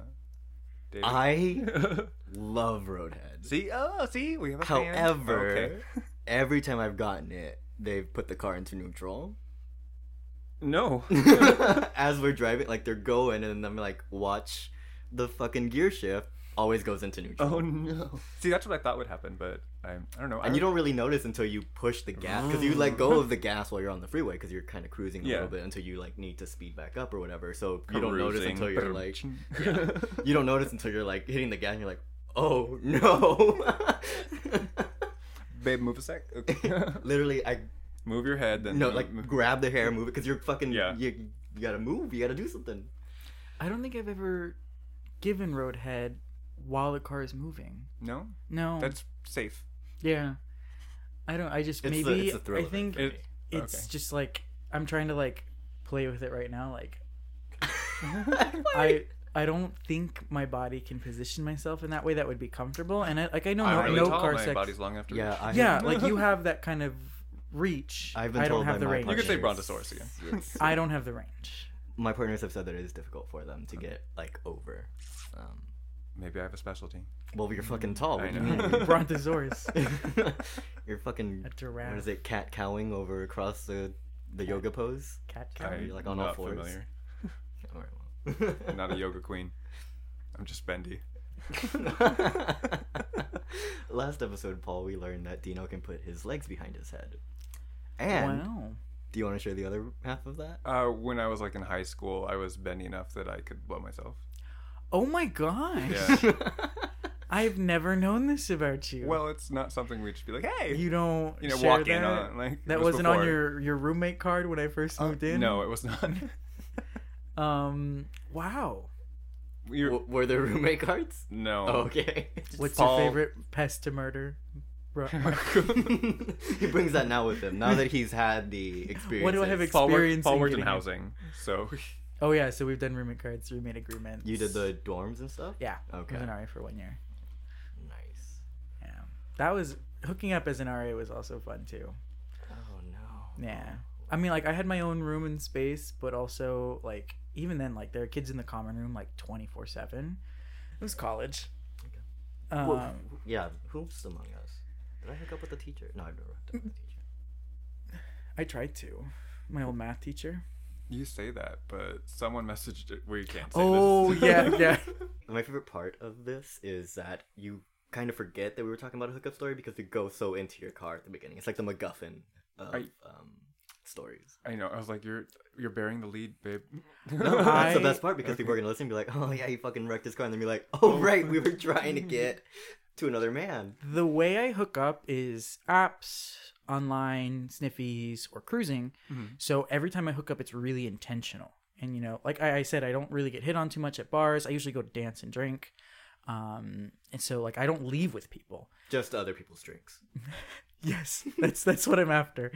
A: David.
B: I love
A: [LAUGHS]
B: Roadhead.
A: see. Oh, see. We have a fan.
B: However, [LAUGHS]
A: Okay.
B: every time I've gotten it, they've put the car
A: [LAUGHS]
B: into neutral. [LAUGHS]
A: No.
B: As we're driving, like they're going, and then I'm like, watch the fucking gear shift always goes into neutral.
A: Oh no. See, that's what I thought would happen, but I, I don't know. I
B: And you don't really notice until you push the gas because you let go of the gas while you're on the freeway because you're kind of cruising a
A: Mm. Yeah.
B: little bit until you like need to speed back up or whatever. So you don't notice
A: Cruising.
B: until you're like,
A: [LAUGHS]
B: [LAUGHS]
A: Yeah.
B: you don't notice until you're like hitting the gas. and You're like, oh no. [LAUGHS]
A: Babe, move a sec.
B: [LAUGHS]
A: Okay.
B: Literally, I
A: move your head, then
B: no
A: move-
B: like
A: move-
B: grab the hair, move it because you're fucking
A: Yeah.
B: You, you gotta move. You gotta do something.
C: I don't think I've ever given roadhead while the car is moving.
A: no,
C: No.
A: that's safe.
C: yeah. I don't. I just
B: It's the-
C: maybe
B: it's the thrill
C: I
B: of it
C: think
B: for me.
A: It-
C: it's
A: okay.
C: just like I'm trying to like play with it right now. [LAUGHS] Like
B: I,
C: [LAUGHS] I I don't think my body can position myself in that way that would be comfortable. And I like I know
A: I'm
C: no,
A: really
C: no
A: tall.
C: car
A: my
C: sex.
A: body's long after.
B: [LAUGHS] yeah, I,
C: [LAUGHS] Yeah, like you have that kind of reach.
B: I've been
C: I don't
B: told
C: have
B: by
C: the
B: my
C: range.
A: You could say
B: partners,
A: brontosaurus again.
B: it's-
C: I don't have the range.
B: my partners have said that it is difficult for them to get like over. Um,
A: Maybe I have a specialty.
B: well, you're fucking tall. What
A: I
B: do you
A: know. [LAUGHS]
B: mean?
C: [LAUGHS] Brontosaurus.
B: [LAUGHS] you're fucking.
C: A giraffe.
B: What is it? Cat cowing over across the the yoga pose.
C: Cat
A: I,
C: cow.
B: You're, like, on all
A: not
B: fours.
A: familiar.
B: All right, well.
A: I'm [LAUGHS] not a yoga queen. I'm just bendy.
B: [LAUGHS] Last episode, Paul, we learned that Dino can put his legs behind his head. And
C: Wow.
B: do you want to share the other half of that?
A: Uh, when I was like in high school, I was bendy enough that I could blow myself.
C: Oh my gosh.
A: Yeah.
C: [LAUGHS] I've never known this about you.
A: well, it's not something we just be like, hey,
C: you don't
A: you know,
C: share
A: walk in
C: that.
A: on, like, it
C: that
A: was
C: was not on
A: before. Uh,
C: your your roommate card when I first moved in.
A: no, it was not.
C: Um. Wow.
A: You're,
B: [LAUGHS] W- were there roommate cards?
A: no. [LAUGHS]
B: Oh, okay. [LAUGHS]
C: What's
A: Paul-
C: your favorite pest to murder?
A: [LAUGHS]
B: [LAUGHS]
C: Ro-
B: he brings that now with him. Now that he's had the experience.
C: What do I have ex-
A: Paul, worked,
C: Experiencing
A: Paul worked in
C: getting-
A: housing, so
C: oh yeah. So we've done roommate cards, roommate agreements.
B: You did the dorms and stuff.
C: Yeah.
B: Okay.
C: I was an RA for one year.
B: Nice.
C: Yeah. That was hooking up as an RA was also fun too.
B: Oh no.
C: Yeah. I mean, like I had my own room and space, but also like even then, like there are kids in the common room like twenty four seven. It was college. Um,
B: Well, yeah. Who's among us? Did I hook up with the teacher? No, I've never hooked up with the teacher.
C: I tried to. My old math teacher.
A: you say that, but someone messaged it. We can't say [LAUGHS]
C: [LAUGHS] Oh
A: this.
C: yeah, yeah.
B: My favorite part of this is that you kind of forget that we were talking about a hookup story because we go so into your car at the beginning. It's like the MacGuffin of
A: Are you-
B: um,
C: [LAUGHS]
B: stories.
A: I know. I was like, you're you're bearing the lead, babe.
B: No, that's the
C: I-
B: best part because people are gonna listen and be like, "Oh yeah, he fucking wrecked his car," and then be like, "Oh right, we were trying to get to another man."
C: the way I hook up is apps, online, sniffies, or cruising. So every time I hook up, it's really intentional. And, you know, like I, I said, I don't really get hit on too much at bars. I usually go dance and drink. Um, and so, like, I don't leave with people.
B: Just other people's drinks.
C: Yes, [LAUGHS] that's that's what I'm after.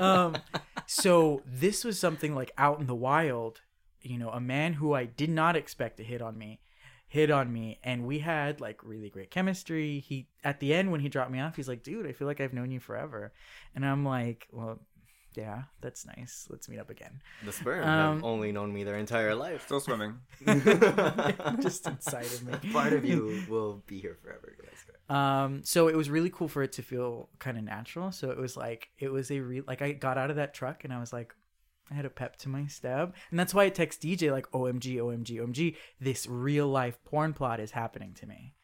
C: Um, so this was something like out in the wild, you know, a man who I did not expect to hit on me hit on me and we had like really great chemistry. He at the end when he dropped me off, he's like, "Dude, I feel like I've known you forever." And I'm like, "Well, yeah, that's nice. Let's meet up again." [LAUGHS]
B: The sperm
C: Um,
B: have only known me their entire life.
A: [LAUGHS]
B: [LAUGHS]
A: Still swimming.
C: [LAUGHS] Just inside of me.
B: Part of you will be here forever. Guys.
A: [LAUGHS]
C: Um, so it was really cool for it to feel kind of natural. So it was like it was a re- like I got out of that truck and I was like, I had a pep to my step, and that's why I text DJ like, "OMG, OMG, OMG, this real life porn plot is happening to me."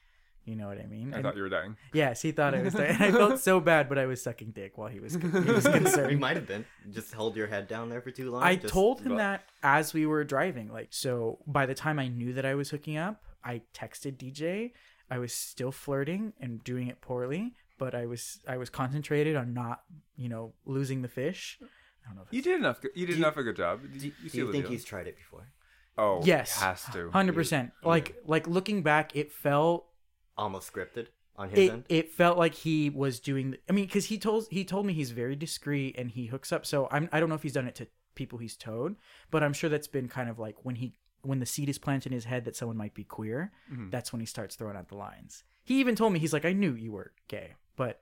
C: You know what I mean?
A: I
C: And-
A: thought you were dying.
C: yes, he thought I was. [LAUGHS] and I felt so bad, but I was sucking dick while he was con-
A: [LAUGHS]
C: he was concerned.
B: You might have been. Just held your head down there for too long.
C: I
B: just-
C: told him
A: well-
C: that as we were driving. Like, so by the time I knew that I was hooking up, I texted DJ. I was still flirting and doing it poorly, but I was I was concentrated on not, you know, losing the fish. I don't know. If
A: You did enough. You did
B: you-
A: enough of a good job.
B: Do you,
A: see what
B: think
A: deal
B: he's
A: is.
B: tried it before?
A: Oh,
C: yes,
A: has to.
C: hundred percent. Like like looking back, it felt
B: Almost scripted on his
C: it,
B: end.
C: it felt like he was doing. The, I mean, because he told he told me he's very discreet and he hooks up. So I'm I don't know if he's done it to people he's towed, but I'm sure that's been kind of like when he when the seed is planted in his head that someone might be queer.
B: Mm-hmm.
C: That's when he starts throwing out the lines. He even told me he's like, I knew you were gay, but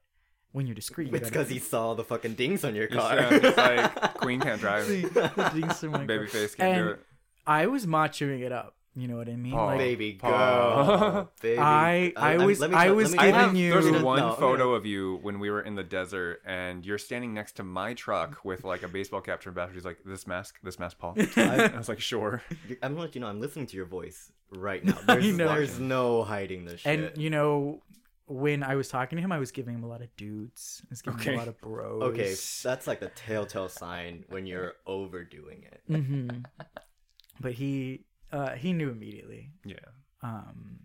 C: when you're discreet, you
B: It's
C: gotta-
B: because
C: [LAUGHS]
B: he saw the fucking dings on your
A: You
B: car.
A: sound just
B: [LAUGHS]
A: like Queen can't drive. [LAUGHS]
C: The jinx in my car.
A: Babyface can't do
C: And
A: it.
C: I was machoing it up. You know what I mean?
A: Paul.
C: Like,
B: Oh, baby
A: Paul.
B: girl. Baby.
C: I- I
B: I'm-
C: was-
B: let me
C: I
B: try-
C: was
B: let me
A: I
B: try-
C: giving
A: have,
C: you-
A: there's
B: No,
A: one
B: no.
A: photo of you when we were in the desert, and you're standing next to my truck with like a baseball cap turned back. She's like, "This mask, this mask,
C: [LAUGHS]
A: Paul." I, I was like, "Sure."
B: I'm gonna let you know. I'm listening to your voice
C: [LAUGHS]
B: right now. There's,
C: know.
B: there's no hiding this shit.
C: And you know, when I was talking to him, I was giving him a lot of dudes. I was giving him
A: Okay.
C: a lot of bros.
B: okay, that's like the telltale sign when you're overdoing it.
C: hmm [LAUGHS] But he uh, he knew immediately.
A: Yeah.
C: Um,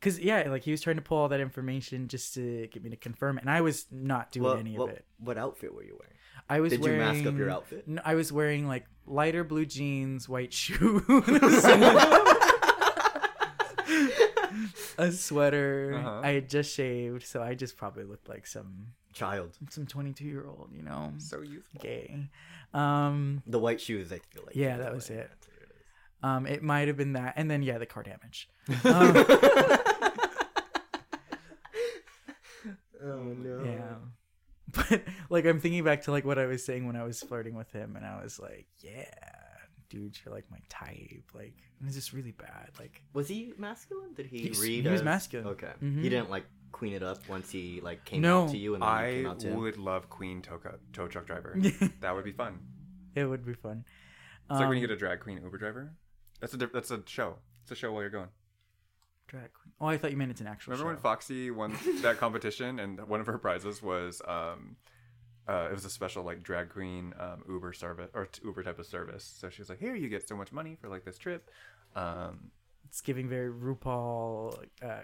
C: cause yeah, like he was trying to pull all that information just to get me to confirm it, and I was not doing
B: What,
C: any
B: what,
C: of it.
B: what outfit were you wearing?
C: I was
B: Did you
C: wearing,
B: mask up your
C: [LAUGHS]
B: outfit?
C: No, I was wearing like lighter blue jeans, white [LAUGHS] shoes,
B: [LAUGHS]
C: a sweater.
A: Uh-huh.
C: I had just shaved, so I just probably looked like some
B: Child.
C: some twenty two year old, you know,
A: So youthful.
C: gay. Um,
B: The white shoes, I feel like.
C: Yeah, that was it. Um, it might have been that, and then yeah, the car damage. [LAUGHS] Um,
B: Oh, no.
C: Yeah, [LAUGHS] but like I'm thinking back to like what I was saying when I was flirting with him, and I was like, yeah, dude, you're like my type. Like, and it's just really bad. Like,
B: Was he masculine? Did he
C: He's-
B: read?
C: he was
B: as-
C: masculine.
B: Okay.
C: Mhm.
B: He didn't like queen it up once he like came
C: No.
B: out to you and then you
A: I
B: came out to him.
A: would love Queen tow, cu- tow truck
C: [LAUGHS]
A: driver. that would be fun.
C: it would be fun. Um,
A: It's like when you get a drag queen Uber driver. That's a diff- that's a show. It's a show while you're going.
C: Drag queen. Oh, I thought you meant it's an actual
A: Remember when
C: show.
A: Foxy
C: [LAUGHS]
A: won that competition and one of her prizes was um uh, it was a special like drag queen um, Uber service or t- Uber type of service. So she was like, "Here, you get so much money for like this trip. Um,
C: it's giving very RuPaul uh,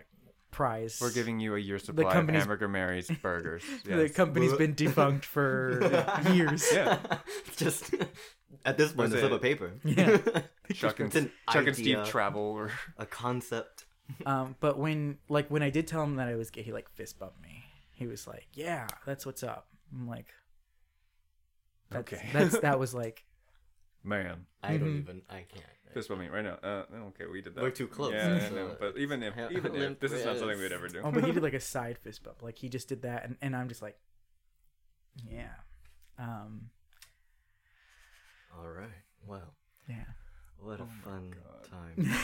C: prize.
A: we're giving you a year's supply of
C: company's-
A: Hamburger Mary's burgers."
C: [LAUGHS] the
A: Yes.
C: company's been
A: [LAUGHS]
C: defunct for years.
A: yeah,
B: [LAUGHS] Just [LAUGHS] at this point,
A: Was
B: a slip
A: it-
B: of paper. [LAUGHS]
C: Yeah.
A: Chuck and
B: It's an
A: Chuck and Steve
B: idea.
A: travel. Or, [LAUGHS]
B: a concept.
C: Um, but when like when I did tell him that I was gay, he like fist bumped me. He was like, "Yeah, that's what's up." I'm like, that's,
A: Okay.
C: that's
A: [LAUGHS]
C: that was like,
A: man,
B: I
C: Mm-hmm.
B: don't even. I can't.
A: fist bumping right now. Uh, okay, we did that.
B: We're too close,
A: Yeah, I
B: so [LAUGHS]
A: know. But even if
B: it's-
A: even if this is not something we'd ever do.
B: [LAUGHS]
C: oh, but he did like a side fist bump. Like he just did that, and, and I'm just like, yeah, um,
B: All right. Well,
C: yeah.
B: what a fun
A: Oh God.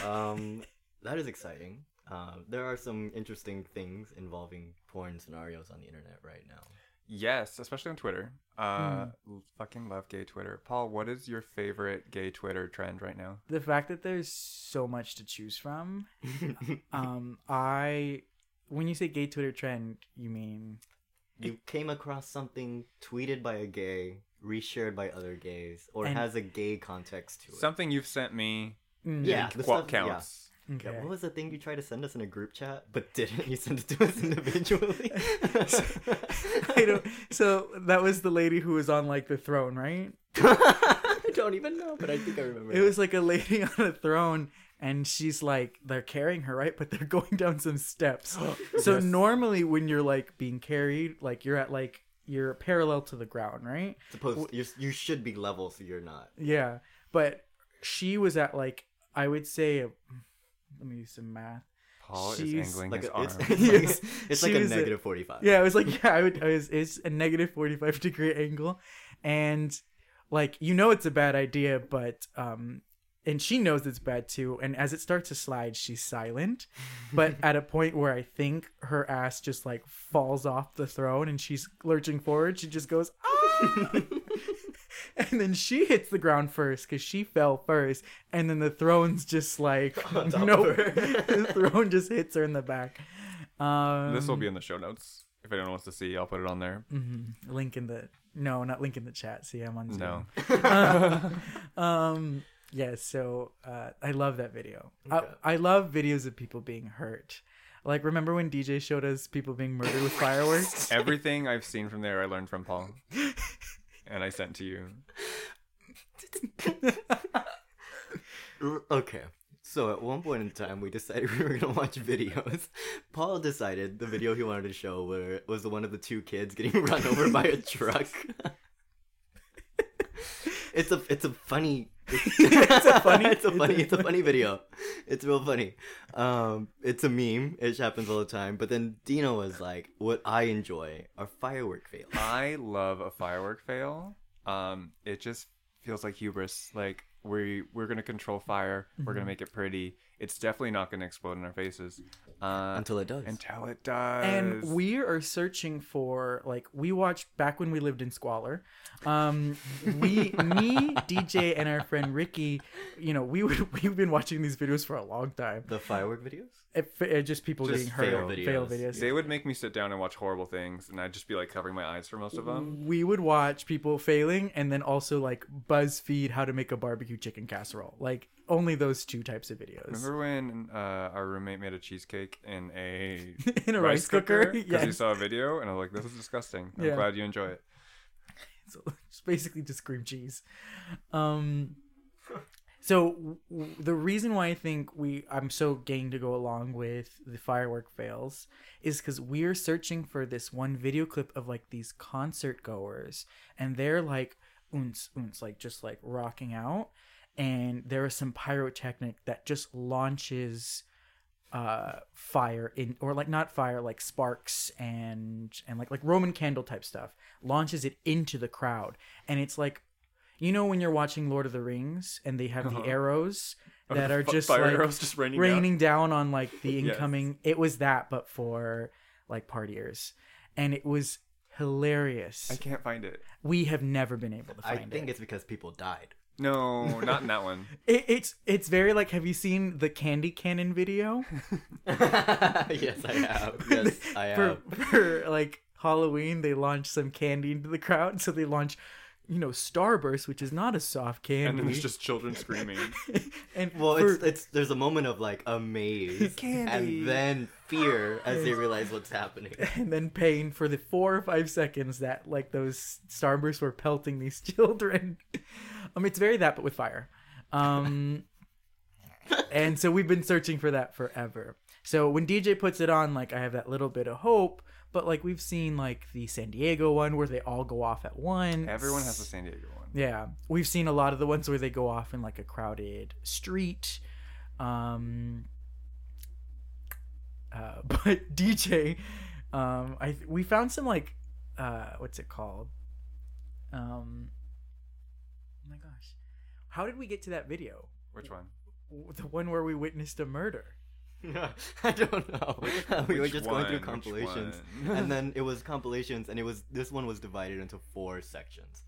B: time. Um, [LAUGHS] that is exciting. Uh, there are some interesting things involving porn scenarios on the internet right now.
A: Yes, especially on Twitter. Uh,
B: Hmm.
A: l- fucking love gay Twitter. Paul, what is your favorite gay Twitter trend right now?
C: The fact that there's so much to
B: [LAUGHS]
C: choose from. um, I when you say gay Twitter trend, you mean
B: you came across something tweeted by a gay, reshared by other gays, or
C: And-
B: has a gay context to it.
A: Something you've sent me.
C: Mm,
B: yeah, the
A: What
B: stuff- yeah.
A: counts?
B: Yeah,
C: okay.
B: [LAUGHS]
C: [LAUGHS]
B: what was the thing you tried to send us in a group chat, but didn't? [LAUGHS] You sent it to us individually.
C: [LAUGHS] I don't, so that was the lady who was on like the throne, right?
B: [LAUGHS] I don't even know, but I think I remember.
C: It was like a lady [LAUGHS] on a throne, and she's like, they're carrying her, right? But they're [LAUGHS] going down
B: [GASPS]
C: some steps. so
A: Yes.
C: normally, when you're like being carried, like you're at like you're parallel to the ground, right?
B: supposed you you should be Oh level, so you're not.
C: Yeah, but she was at like I would say a, let me do some math.
A: Paul
C: She's
A: is angling
B: Like
A: his
B: a, [LAUGHS] it's,
A: arm.
B: it's, [LAUGHS] it's like
C: She
B: a
C: was a-
B: negative forty five.
C: Yeah, I was like, [LAUGHS] yeah, I would, I was, it's a negative 45 [LAUGHS] degree angle. And like, you know, it's a bad idea, but, um, and she knows it's bad too. And as it starts to slide, she's silent.
B: [LAUGHS]
C: But at a point where I think her ass just like falls off the throne and she's lurching forward, she just goes,
B: [LAUGHS]
C: ah! and then she hits the ground first because she fell first. And then the throne's just like,
B: [LAUGHS] On top of
C: no.
B: her.
C: [LAUGHS] the throne just hits her in the back. Um,
A: this will be in the show notes. If anyone wants to see, I'll put it on there.
C: Mm-hmm. Link in the no, not link in the chat. See, I'm on Zoom.
B: [LAUGHS]
A: No.
C: um, yeah. So uh, I love that video.
B: Okay.
C: I, I love videos of people being hurt. Like remember when DJ showed us people being murdered
A: [LAUGHS]
C: with fireworks?
A: Everything I've seen from there, I learned from
B: [LAUGHS]
A: Paul, and I sent to you.
B: Okay. So at one point in time, we decided [LAUGHS] we were gonna watch videos. Paul decided the video he wanted to show were, was the one of the two kids getting [LAUGHS] run over by a truck. it's a it's a funny [LAUGHS]
C: It's a funny-
B: it's a funny it's a funny video. It's real funny. Um, it's a meme. It happens all the time. But then Dino was like, "What I enjoy are firework fails."
A: I love a firework fail. Um, it just feels like hubris. Like we we're gonna control fire. We're
B: Mm-hmm.
A: gonna make it pretty. It's definitely not gonna explode in our faces. Uh,
B: Until it does.
A: until it does.
C: and we are searching for like we watched back when we lived in squalor um we me dj and our friend ricky you know we would [LAUGHS] we've been watching these videos for a long time
B: the firework videos.
C: it, it just people
A: Just
C: getting hurt
B: fail
C: fail
B: videos.
C: videos
A: they would make me sit down and watch horrible things, and I'd just be like covering my eyes for most of them.
C: we would watch people failing and then also like BuzzFeed how to make a barbecue chicken casserole. Like only those two types of videos.
A: Remember when uh, our roommate made a cheesecake in a
C: [LAUGHS] In a rice, cooker.
A: Because you saw a video, and I was like, "This is disgusting." I'm
C: Yeah.
A: glad you enjoy it.
C: [LAUGHS] So it's basically just cream cheese. Um, so w- w- the reason why I think we I'm so game to go along with the firework fails is because we're searching for this one video clip of like these concert goers and they're like oons oons like just like rocking out and there is some pyrotechnic that just launches uh fire in or like not fire like sparks and and like like roman candle type stuff launches it into the crowd and it's like you know when you're watching lord of the rings and they have
A: Uh-huh.
C: the arrows that are
A: F-
C: just
A: fire
C: like
A: arrows just raining. down.
C: raining down on like
A: [LAUGHS]
C: the
A: Yes.
C: incoming it was that but for like partiers and it was hilarious
A: I can't find it.
C: we have never been able to
B: I
C: find
B: think
C: it.
B: it's because people died.
A: No, not in that one.
C: it it's it's very like have you seen the candy cannon
A: [LAUGHS]
C: video
B: [LAUGHS] yes, I have. Yes, I
C: for,
B: have.
C: for like Halloween, they launch some candy into the crowd. So they launch, you know, Starburst, which is not a soft
A: And
C: candy.
A: then there's just children screaming.
C: and
B: Well,
C: for-
B: it's, it's there's a moment of like amaze
A: [LAUGHS] Candy.
B: and then fear
A: [LAUGHS]
B: as they realize what's happening. [LAUGHS]
C: [LAUGHS] and then pain for the four or five seconds that like those Starbursts were pelting these [LAUGHS] children. um, it's very that, but with fire.
A: [LAUGHS]
C: Um, and so we've been searching for that forever. So when DJ puts it on, like I have that little bit of hope. But like we've seen like the San Diego one where they all go off at once.
A: Everyone has the San Diego one.
C: Yeah, we've seen a lot of the ones where they go off in like a crowded street. Um, uh, [LAUGHS] but DJ, um, I we found some like, uh, what's it called? Um, oh my gosh, how did we get to that video?
A: Which one?
C: W- The one where we witnessed a murder. [LAUGHS]
B: I don't know. [LAUGHS] we were
A: Which
B: just going through
A: one? Which
B: compilations,
A: one? [LAUGHS]
B: and then it was compilations, and it was this one was divided into four sections.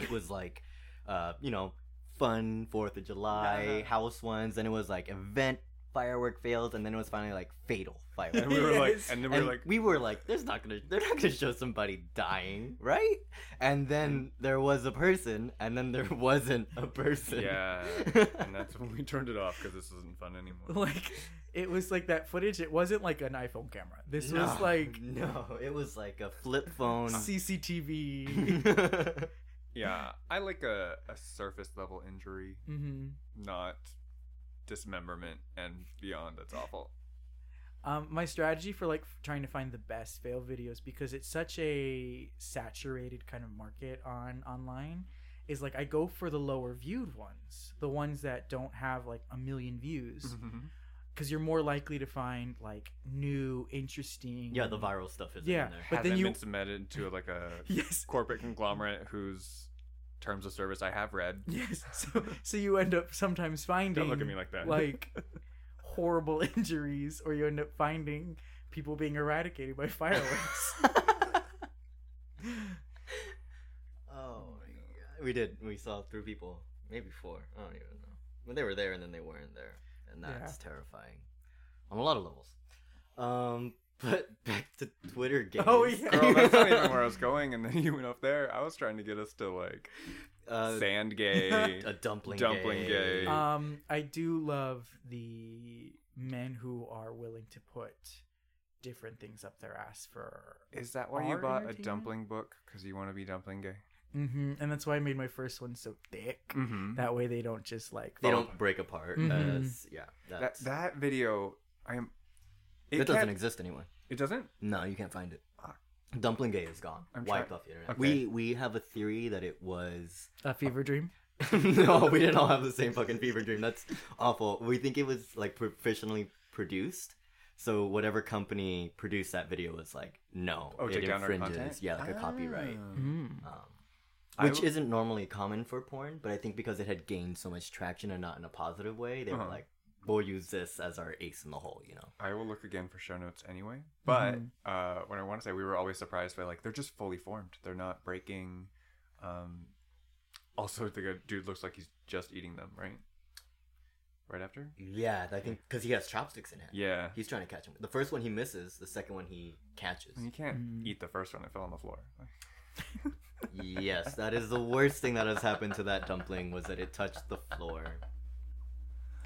B: It was like, uh, you know, fun Fourth of July
A: Yeah.
B: house ones, and it was like event firework fails, and then it was finally like fatal firework.
A: And [LAUGHS] we were
B: [LAUGHS]
A: like,
C: Yes.
A: and then we
B: and
A: were like,
B: we were like, "There's not gonna, they're not gonna show somebody dying, right?" And then there was a person, and then there [LAUGHS] wasn't a person. [LAUGHS]
A: yeah. And that's when we turned it off because this isn't fun anymore.
C: Like it was like that footage. It wasn't like an iPhone camera. This
B: No,
C: was like
B: no, it was like a flip phone. [LAUGHS]
C: CCTV.
B: yeah,
A: Yeah, I like a, a surface level injury,
C: hmm
A: not dismemberment and beyond. That's awful.
C: um, my strategy for like f- trying to find the best fail videos because it's such a saturated kind of market on online is like I
A: Mm-hmm.
C: go for the lower viewed ones, the ones that don't have like a million views, because you're more likely to find like new, interesting.
B: Yeah, the viral stuff isn't
C: Yeah.
B: in there.
C: But
A: But
C: then
A: then
C: you-
A: been submitted to like a
C: [LAUGHS] Yes.
A: corporate conglomerate whose terms of service I have read.
C: Yes. [LAUGHS] So so you end up sometimes finding
A: Don't look at me like that.
C: like horrible [LAUGHS] injuries or you end up finding people being
A: [LAUGHS]
C: eradicated by [LAUGHS] fireworks.
B: Oh my god. We did. We saw three people. Maybe four. I don't even know. But they were there and then they weren't there. And
C: Yeah.
B: that's terrifying. On a lot of levels. Um [LAUGHS] but back to Twitter games.
C: Oh, yeah.
A: [LAUGHS] Girl, that's not even where I [LAUGHS] was going. And then you went off there. I was trying to get us to like
B: [LAUGHS] uh,
A: sand gay.
B: a dumpling
A: Dumpling
B: gay.
A: gay.
C: um I do love the men who are willing to put different things up their ass for
A: Is that why you
C: Are
A: bought a
C: entertainment?
A: dumpling book? Because you want to be dumpling gay?
C: hmm and that's why I made my first one so thick.
A: Mm-hmm.
C: That way they don't just like
B: They don't break apart.
C: Mhm.
B: That's- yeah.
A: That
B: That's, that
A: that video, I am. It
B: doesn't
A: can't-
B: exist anymore.
A: It doesn't.
B: No, you can't find it. Dumpling gay is gone.
A: I'm
B: Wiped
A: try-
B: off the internet.
A: Okay.
B: We we have a theory that it was
C: a fever dream.
B: [LAUGHS] no, we didn't all have the same fucking fever dream. That's awful. We think it was like professionally produced. So whatever company produced that video was like, no,
A: Oh,
B: it
A: take down our
B: infringes.
A: content?
B: Yeah, like a copyright,
A: Ah.
C: Mm.
B: um,
A: I
B: which
A: w-
B: isn't normally common for porn. But I think because it had gained so much traction and not in a positive way, they were
A: Uh-huh.
B: like, we'll use this as our ace in the hole. You know,
A: I will look again for show notes anyway.
C: Mm-hmm.
A: But uh, what I want to say, we were always surprised by like they're just fully formed. They're not breaking. Um, also, the dude looks like he's just eating them, right? Right after.
B: yeah, I think because he has chopsticks in hand.
A: Yeah.
B: He's trying to catch him. The first one he misses. The second one he catches.
A: You can't
C: Mm-hmm.
A: eat the first one; it fell on the
B: [LAUGHS]
A: floor. Like,
B: yes, that is the worst thing that has happened to that dumpling was that it touched the floor.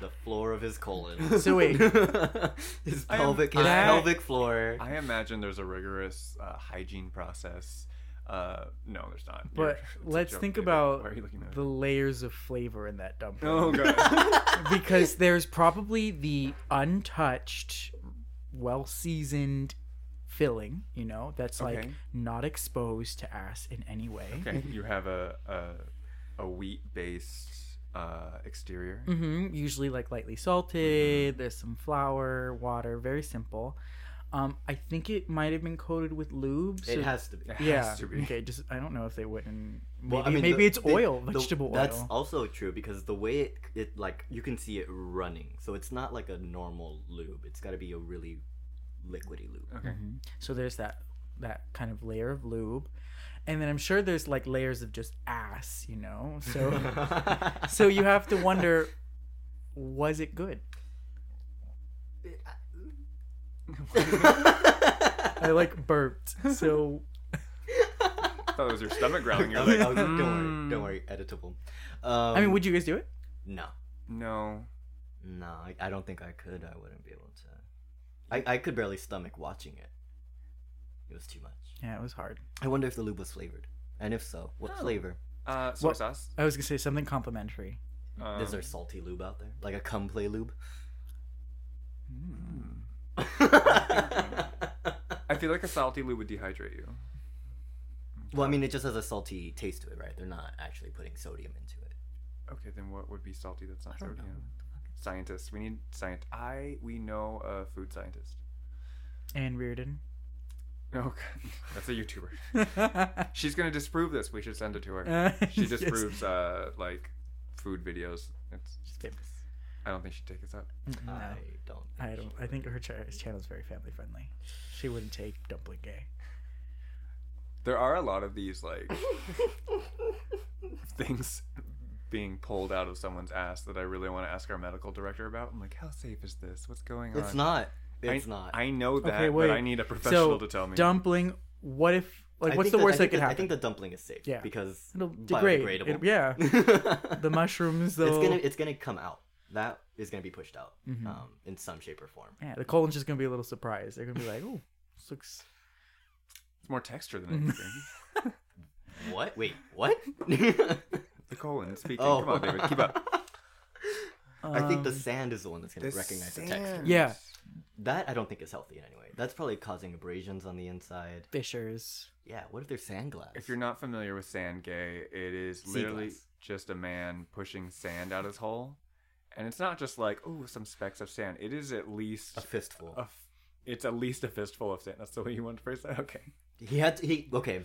B: The floor of his colon.
C: [LAUGHS] So wait.
B: [LAUGHS] his
A: I am-
B: pelvic his
A: I-
B: pelvic floor.
A: I imagine there's a rigorous uh, hygiene process. Uh, no, there's not. You're- [LAUGHS]
C: But
A: it's a
C: let's
A: joke,
C: think
A: David.
C: about
A: Why are you looking at
C: the
A: it?
C: layers of flavor in that
A: [LAUGHS]
C: dumpling.
A: Oh
C: [LAUGHS]
A: god. [LAUGHS]
C: because there's probably the untouched, well seasoned filling, you know, that's like
A: Okay.
C: not exposed to ass in any way.
A: okay, [LAUGHS] you have a a, a wheat based uh, exterior.
B: Mm.
C: hmm Usually like lightly
B: Mm-hmm.
C: salted, there's some flour, water, very simple. Um, I think it might have been coated with lube. so-
B: it has to be.
A: It
C: yeah.
A: has to be.
C: Okay, just I don't know if they wouldn't. Maybe,
B: Well, I mean,
C: maybe
B: the-
C: it's
B: the-
C: oil,
B: the-
C: vegetable
B: That's
C: oil.
B: also true because the way it, it like you can see it running, so it's not like a normal lube. It's got to be a really liquidy lube.
A: Okay.
C: Mm-hmm. So there's that that kind of layer of lube, and then I'm sure there's like layers of just ass, you know.
B: [LAUGHS]
C: So
A: [LAUGHS]
C: so you have to wonder, was it good? I like burped. So
A: I thought it was your stomach
B: [LAUGHS]
A: growling. You're
B: Okay,
A: like,
B: okay, don't worry,
A: "Mm,
B: don't worry, editable. Um,
C: I mean, would you guys
B: [LAUGHS]
C: do it?
B: no.
A: No.
B: No, I, I don't think I could. I wouldn't be able to. I, I could barely stomach watching it. It was too much.
C: Yeah, it was hard.
B: I wonder if the lube was flavored. And if so, what flavor?
A: Uh, soy
C: What-
A: sauce.
C: I was gonna say something complimentary.
A: Um,
B: Is there salty lube out there? Like a cum play lube?
A: Hmm. I feel like a salty lube would dehydrate you.
B: [LAUGHS] well, I mean, it just has a salty taste to it, right? They're not actually putting sodium into it.
A: Okay, then what would be salty that's not sodium? Scientists. We need science. I we know a food scientist.
C: Anne Reardon.
A: Oh, God. [LAUGHS] that's a YouTuber. [LAUGHS] She's gonna disprove this. We should send it to
B: Uh, [LAUGHS]
A: her. She
C: she
A: disproves uh like food videos. It's
C: famous.
A: I don't think she'd take us up.
C: No,
B: I don't.
C: I don't. I think her ch- channel is very family friendly. She wouldn't take dumpling gay.
A: There are a lot of these like [LAUGHS] things being pulled out of someone's ass that I really want to ask our medical director about. I'm like, how safe is this? What's going on?
B: [LAUGHS] It's not.
A: I-
B: It's not.
A: I know that,
C: Okay, wait.
A: but I need a professional
C: so
A: to tell me.
C: dumpling. What if? Like,
B: I
C: what's
B: think
C: the
B: I
C: worst that
B: think
C: could
B: the-
C: happen?
B: I think the dumpling is safe.
C: Yeah.
B: Because
C: It'll degrade.
B: biodegradable. [LAUGHS]
C: It- yeah, the mushrooms though.
B: it's gonna it's gonna come out. That is gonna be pushed out
C: Mm-hmm.
B: um, in some shape or form.
C: Yeah, the colon's just gonna be a little surprised. They're gonna be like, "Oh, this looks."
A: It's more texture than
C: [LAUGHS]
A: anything.
B: What? Wait, what? [LAUGHS]
A: the colon speaking.
B: Oh.
A: Come on, David, keep up.
B: I think the
C: Um,
B: sand is the one that's gonna [LAUGHS] recognize the texture.
C: Yeah.
B: That I don't think is healthy in any way. That's probably causing abrasions on the inside.
C: fishers.
B: Yeah. What if they're sand glass?
A: If you're not familiar with sand gay, it is
B: Sea
A: literally
B: glass.
A: just a man pushing sand out his hole and it's not just like oh some specks of sand. It is at least
B: A fistful.
A: a f- it's at least a fistful of sand. That's the way you want to phrase that. Okay.
B: He had to, he okay.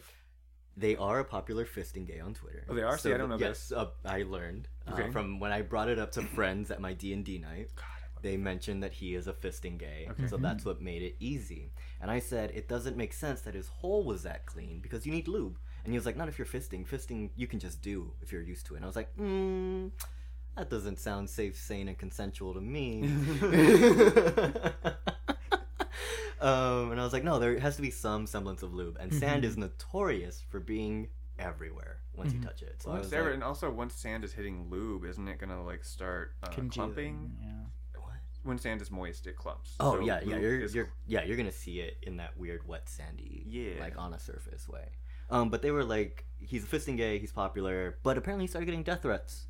B: They are a popular fisting gay on Twitter.
A: Oh, they are? See, I don't know
B: th- Yes, uh, I learned uh,
A: Okay.
B: from when I brought it up to friends at my D and D night.
A: God, I love-
B: They mentioned that he is a fisting gay, so
A: Mm-hmm.
B: that's what made it easy. And I said it doesn't make sense that his hole was that clean because you need lube. And he was like, "Not if you're fisting. Fisting you can just do if you're used to it." And I was like, "Hmm, that doesn't sound safe, sane, and consensual to [LAUGHS] me." um, and I was like, "No, there has to be some semblance of lube." And sand is notorious for being everywhere once you touch it. So I
A: Once
B: was
A: there,
B: like,
A: and also once sand is hitting lube, isn't it gonna like start uh, clumping?
C: Congealing. Yeah.
B: "What?"
A: When sand is moist, it clumps.
B: Oh
A: So
B: yeah, yeah,
A: lube
B: you're,
A: is
B: you're yeah, you're gonna see it in that weird wet sandy,
A: Yeah.
B: like on a surface way. Um, but they were like, he's a fisting gay, he's popular, but apparently he started getting death threats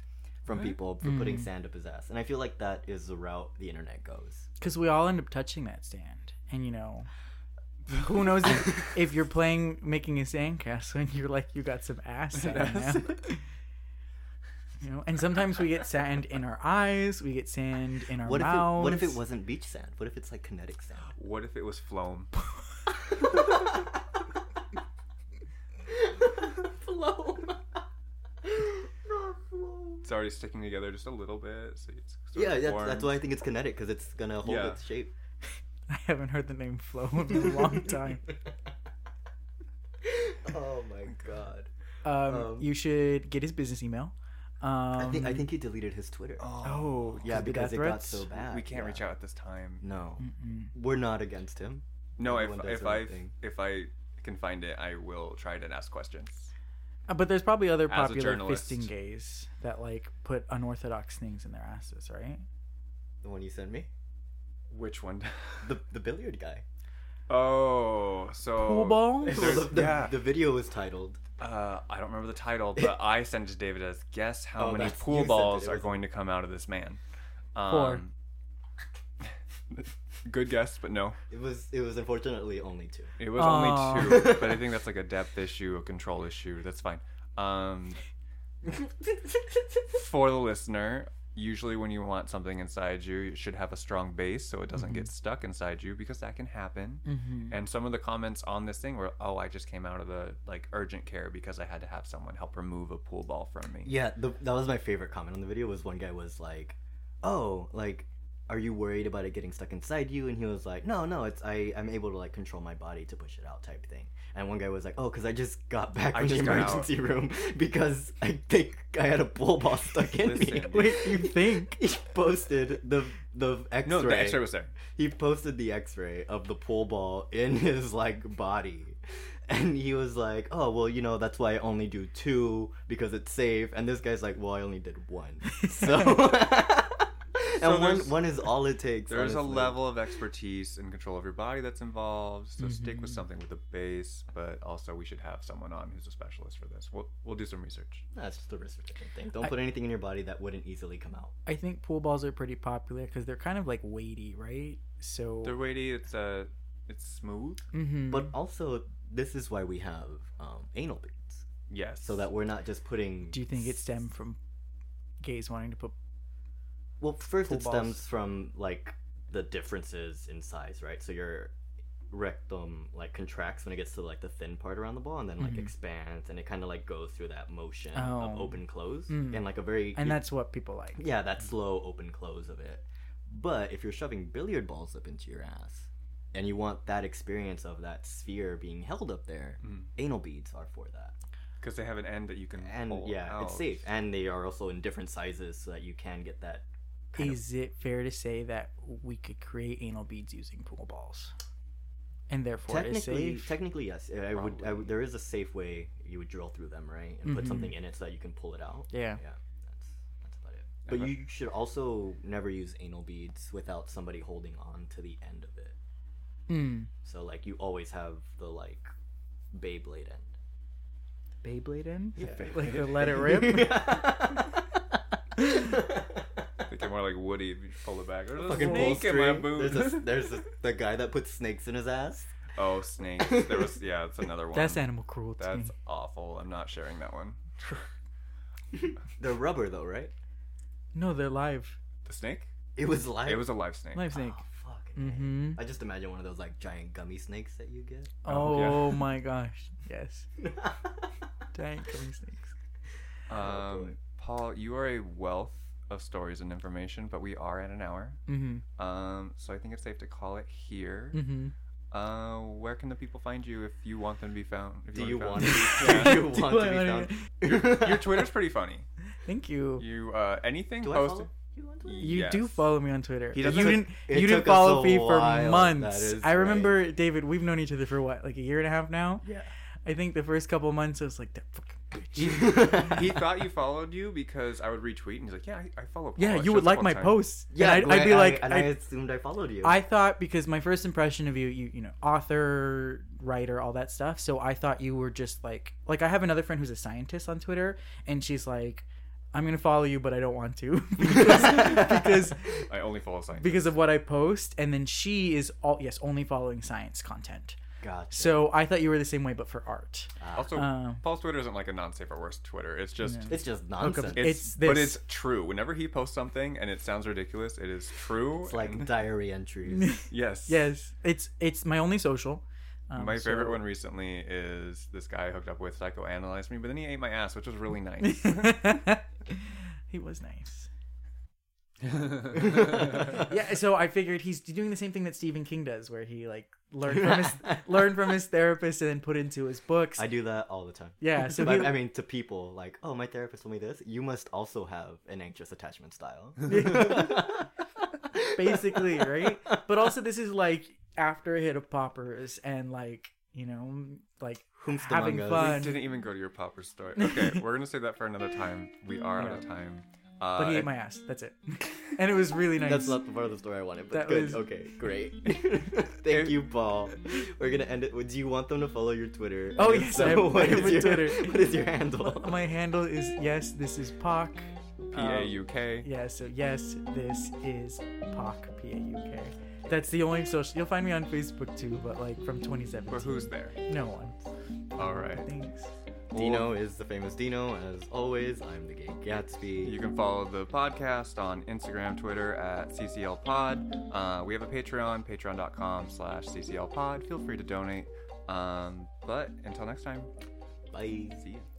B: from
A: What?
B: people for putting
C: Mm.
B: sand up his ass, and I feel like that is the route the internet goes.
C: because we all end up touching that stand, and you know, who knows
B: [LAUGHS]
C: if, if you're playing making a sandcastle and you're like you got some ass sand now. [LAUGHS] You know, and sometimes we get sand in our eyes, we get sand in our
B: What if it,
C: mouths.
B: what if it wasn't beach sand? What if it's like kinetic sand?
A: What if it was floam?
B: Floam. Not floam.
A: It's already sticking together just a little bit. So it's sort
B: Yeah,
A: of
B: that's,
A: warm.
B: that's why I think it's kinetic because it's gonna hold
A: Yeah.
B: its shape.
C: [LAUGHS] I haven't heard the name flow in a
B: [LAUGHS]
C: long time.
B: oh my god.
C: Um,
B: Um,
C: you should get his business email. Um,
B: I think I think he deleted his Twitter.
C: Oh,
B: yeah,
C: the
B: because
C: death
B: it got
C: threats? Mm.
B: so bad.
A: we can't
B: yeah.
A: reach out at this time.
B: No,
C: Mm-mm.
B: we're not against him.
A: No, if,
B: Everyone does
A: if
B: their own
A: I
B: thing.
A: if I can find it, I will try to ask questions.
C: Uh, But there's probably other
A: As a
C: popular
A: journalist.
C: fisting gays that like put unorthodox things in their asses, right?
B: The one you sent me,
A: Which one? [LAUGHS]
B: the the billiard guy.
A: oh, so
C: Pool balls.
A: There's-
B: [LAUGHS] the, the-
A: yeah.
B: the video was titled.
A: Uh, I don't remember the title,
B: [LAUGHS]
A: but I sent it to David as guess how
B: Oh,
A: many
B: that's- you
A: pool
B: sent it,
A: balls
B: it
A: are
B: wasn't-
A: going to come out of this man.
C: Four.
A: Um, [LAUGHS] good guess, but no.
B: It was it was unfortunately only two.
A: It was
C: Aw.
A: only two, but I think that's like a depth issue, a control issue. That's fine. Um, for the listener, usually when you want something inside you, you should have a strong base so it doesn't get stuck inside you because that can happen.
C: Mm-hmm.
A: And some of the comments on this thing were, "Oh, I just came out of the like urgent care because I had to have someone help remove a pool ball from me."
B: Yeah, the, that was my favorite comment on the video. Was one guy was like, "Oh, like, are you worried about it getting stuck inside you?" And he was like, "No, no, it's I I'm able to like control my body to push it out type thing." And one guy was like, "Oh, because I just got back
A: I
B: from the
A: just got out."
B: emergency room because I think I had a pool ball stuck in
A: Listen.
B: me."
C: Wait, you think?
B: [LAUGHS] He posted the the X-ray.
A: No, the X-ray was there.
B: He posted the X-ray of the pool ball in [LAUGHS] his like body, and he was like, "Oh well, you know that's why I only do two because it's safe." And this guy's like, "Well, I only did
C: [LAUGHS]
B: one, so." [LAUGHS] and
A: So
B: one
A: there's-
B: one is all it takes.
A: There's a
B: honestly.
A: level of expertise and control of your body that's involved.
B: Mm-hmm.
A: So stick with
C: Mhm.
A: something with a base, but also we should have someone on who's a specialist for this. We'll we'll do some research.
B: That's just the risk reduction thing. Don't
C: I- Mm-hmm.
B: put anything in your body that wouldn't easily come out.
C: I think pool balls are pretty popular because they're kind of like weighty, right? So,
A: They're weighty. It's uh, it's smooth.
C: Mhm.
B: But also, this is why we have um, anal beads,
A: Yes.
B: so that we're not just putting.
C: do you think it stemmed from gays wanting to put?
B: Well, first
C: Pool
B: it
C: balls.
B: stems from like the differences in size, right? So your rectum like contracts when it gets to like the thin part around the ball, and then like
C: Mhm.
B: expands, and it kind of like goes through that motion of
C: Oh.
B: open close,
C: Mm.
B: and like a very
C: And that's what people like.
B: yeah that slow open close of it. But if you're shoving billiard balls up into your ass, and you want that experience of that sphere being held up there, anal beads are for that
A: because Mm. they have an end that you can
B: and
A: pull
B: yeah it's
A: out.
B: safe and they are also in different sizes so that you can get that kind of-
C: Is it fair to say that we could create anal beads using pool balls, and therefore it is
B: technically
C: safe?
B: technically yes I- I would, I
A: Probably.
B: would there is a safe way you would drill through them right and put
C: Mhm.
B: something in it so that you can pull it out
C: yeah.
B: yeah that's that's about it
A: And
B: but
A: the-
B: you should also never use anal beads without somebody holding on to the end of it
C: Mm.
B: so like you always have the like Beyblade end
C: Beyblade in,
B: Yeah.
C: [LAUGHS] like the let it
B: [LAUGHS]
C: rip.
A: Thinking more like Woody if you pull it back. There's a
B: Fucking pull
A: snake in my
B: string.
A: boot. [LAUGHS]
B: There's, a, there's a, the guy that puts snakes in his ass.
A: oh, snakes. There was yeah, it's another one.
C: That's animal
B: [LAUGHS]
C: cruelty.
A: That's awful. I'm not sharing that one.
B: They're rubber though, right?
C: No, they're live.
A: The snake?
B: It was live.
A: It was a live snake.
C: Life snake.
B: Oh, fuck.
C: Mm-hmm.
B: I just imagine one of those like giant gummy snakes that you get.
A: Oh, yeah.
C: Oh my gosh. Yes. Giant killing snakes.
B: Oh, boy.
A: Um, Paul, you are a wealth of stories and information, but we are at an hour.
C: Mm-hmm.
A: Um, so I think it's safe to call it here.
C: Mm-hmm.
A: Uh, where can the people find you if you want them to be found? If
B: Do you
A: want
B: want
A: to [LAUGHS]
B: to
A: be
B: be,
A: found?
B: do you
C: Do
B: want
C: I
B: to
C: wanna be-
B: [LAUGHS] be
A: Yeah.
B: found?
A: [LAUGHS] Your Twitter's pretty funny.
C: Thank you.
A: You uh, anything
B: Do I
A: posted?
B: follow you on Twitter?
C: You do
A: Yes.
C: follow me on Twitter.
B: He
C: you
B: doesn't-
C: didn't.
B: It
C: You didn't
B: took us
C: follow
B: a
C: me for
B: while,
C: months.
B: that is
C: I remember, David. We've known each other for what, like a year and a half now.
B: Yeah.
C: I think the first couple months I was like, that fucking [LAUGHS] bitch.
A: He thought you followed you because I would retweet, and he's like, "Yeah, I, I follow." Paul.
B: Oh,
C: Yeah,
A: I
C: you
A: show
C: would
A: this
C: like
A: all
C: my
A: the time."
C: posts.
B: Yeah,
C: and I'd, I'd be
B: I-
C: like,
B: and I,
C: I,
B: assumed I followed you. [LAUGHS]
C: I thought because my first impression of you, you, you know, author, writer, all that stuff. So I thought you were just like, like I have another friend who's a scientist on Twitter, and she's like, I'm gonna follow you, but I don't want to [LAUGHS] because, because
A: I only follow scientists.
C: because of what I post. And then she is all yes, only following science content.
B: gotcha.
C: So I thought you were the same way, but for art.
B: Ah,
A: also,
C: Um,
A: Paul's Twitter isn't like a non-safe or worse Twitter. It's just
C: No.
B: it's just
C: up-
B: nonsense.
A: it's,
C: It's
A: but
C: this.
A: it's true. Whenever he posts something and it sounds ridiculous, it is true.
B: It's like
A: and-
B: diary entries.
A: [LAUGHS] yes,
C: yes, it's it's my only
B: [LAUGHS]
C: social. [LAUGHS] Um,
A: My favorite
C: so-
A: one recently is this guy I hooked up with psychoanalyzed me, but then he ate my ass, which was
C: [LAUGHS]
A: really nice.
C: he was nice. Yeah, so I figured he's doing the same thing that Stephen King does, where he like learned from
B: [LAUGHS]
C: his learned from his therapist and then put into his books.
B: I do that all the time. [LAUGHS]
C: yeah, so
B: But,
C: he,
B: I mean, to people, like, oh, my therapist told me this. You must also have an anxious attachment [LAUGHS] style.
C: [LAUGHS] basically, right? But also, this is like after a hit of poppers and like you know, like
B: Whomst
C: having
B: among us.
A: we
C: fun.
A: didn't even go to your popper story. Okay, we're gonna save that for another time.
C: [LAUGHS]
A: We are out of time. Uh,
C: But he ate
A: and-
C: my ass. That's it. [LAUGHS] And it was really nice.
B: That's not the part of the story I wanted, but
C: That
B: good.
C: was-
B: Okay, [LAUGHS] great. Thank you, Paul. We're gonna end it. Do you want them to follow your Twitter?
C: Oh,
B: And if
C: yes,
B: so,
C: I have- I have a
B: your,
C: Twitter.
B: What is your handle?
C: my handle is yes. This is Pock.
A: Uh, P A U K.
C: Yeah, so yes, this is Pock. P A U K. That's the only social. You'll find me on Facebook too, but like from 2017.
A: But who's there?
C: No one.
A: All right.
C: Thanks.
B: Dino is the famous Dino. As always, I'm the gay Gatsby.
A: You can follow the podcast on Instagram, Twitter at CCL Pod. Uh, we have a Patreon, patreon.com slash CCL Pod. Feel free to donate. Um, but until next time,
B: Bye.
A: see ya.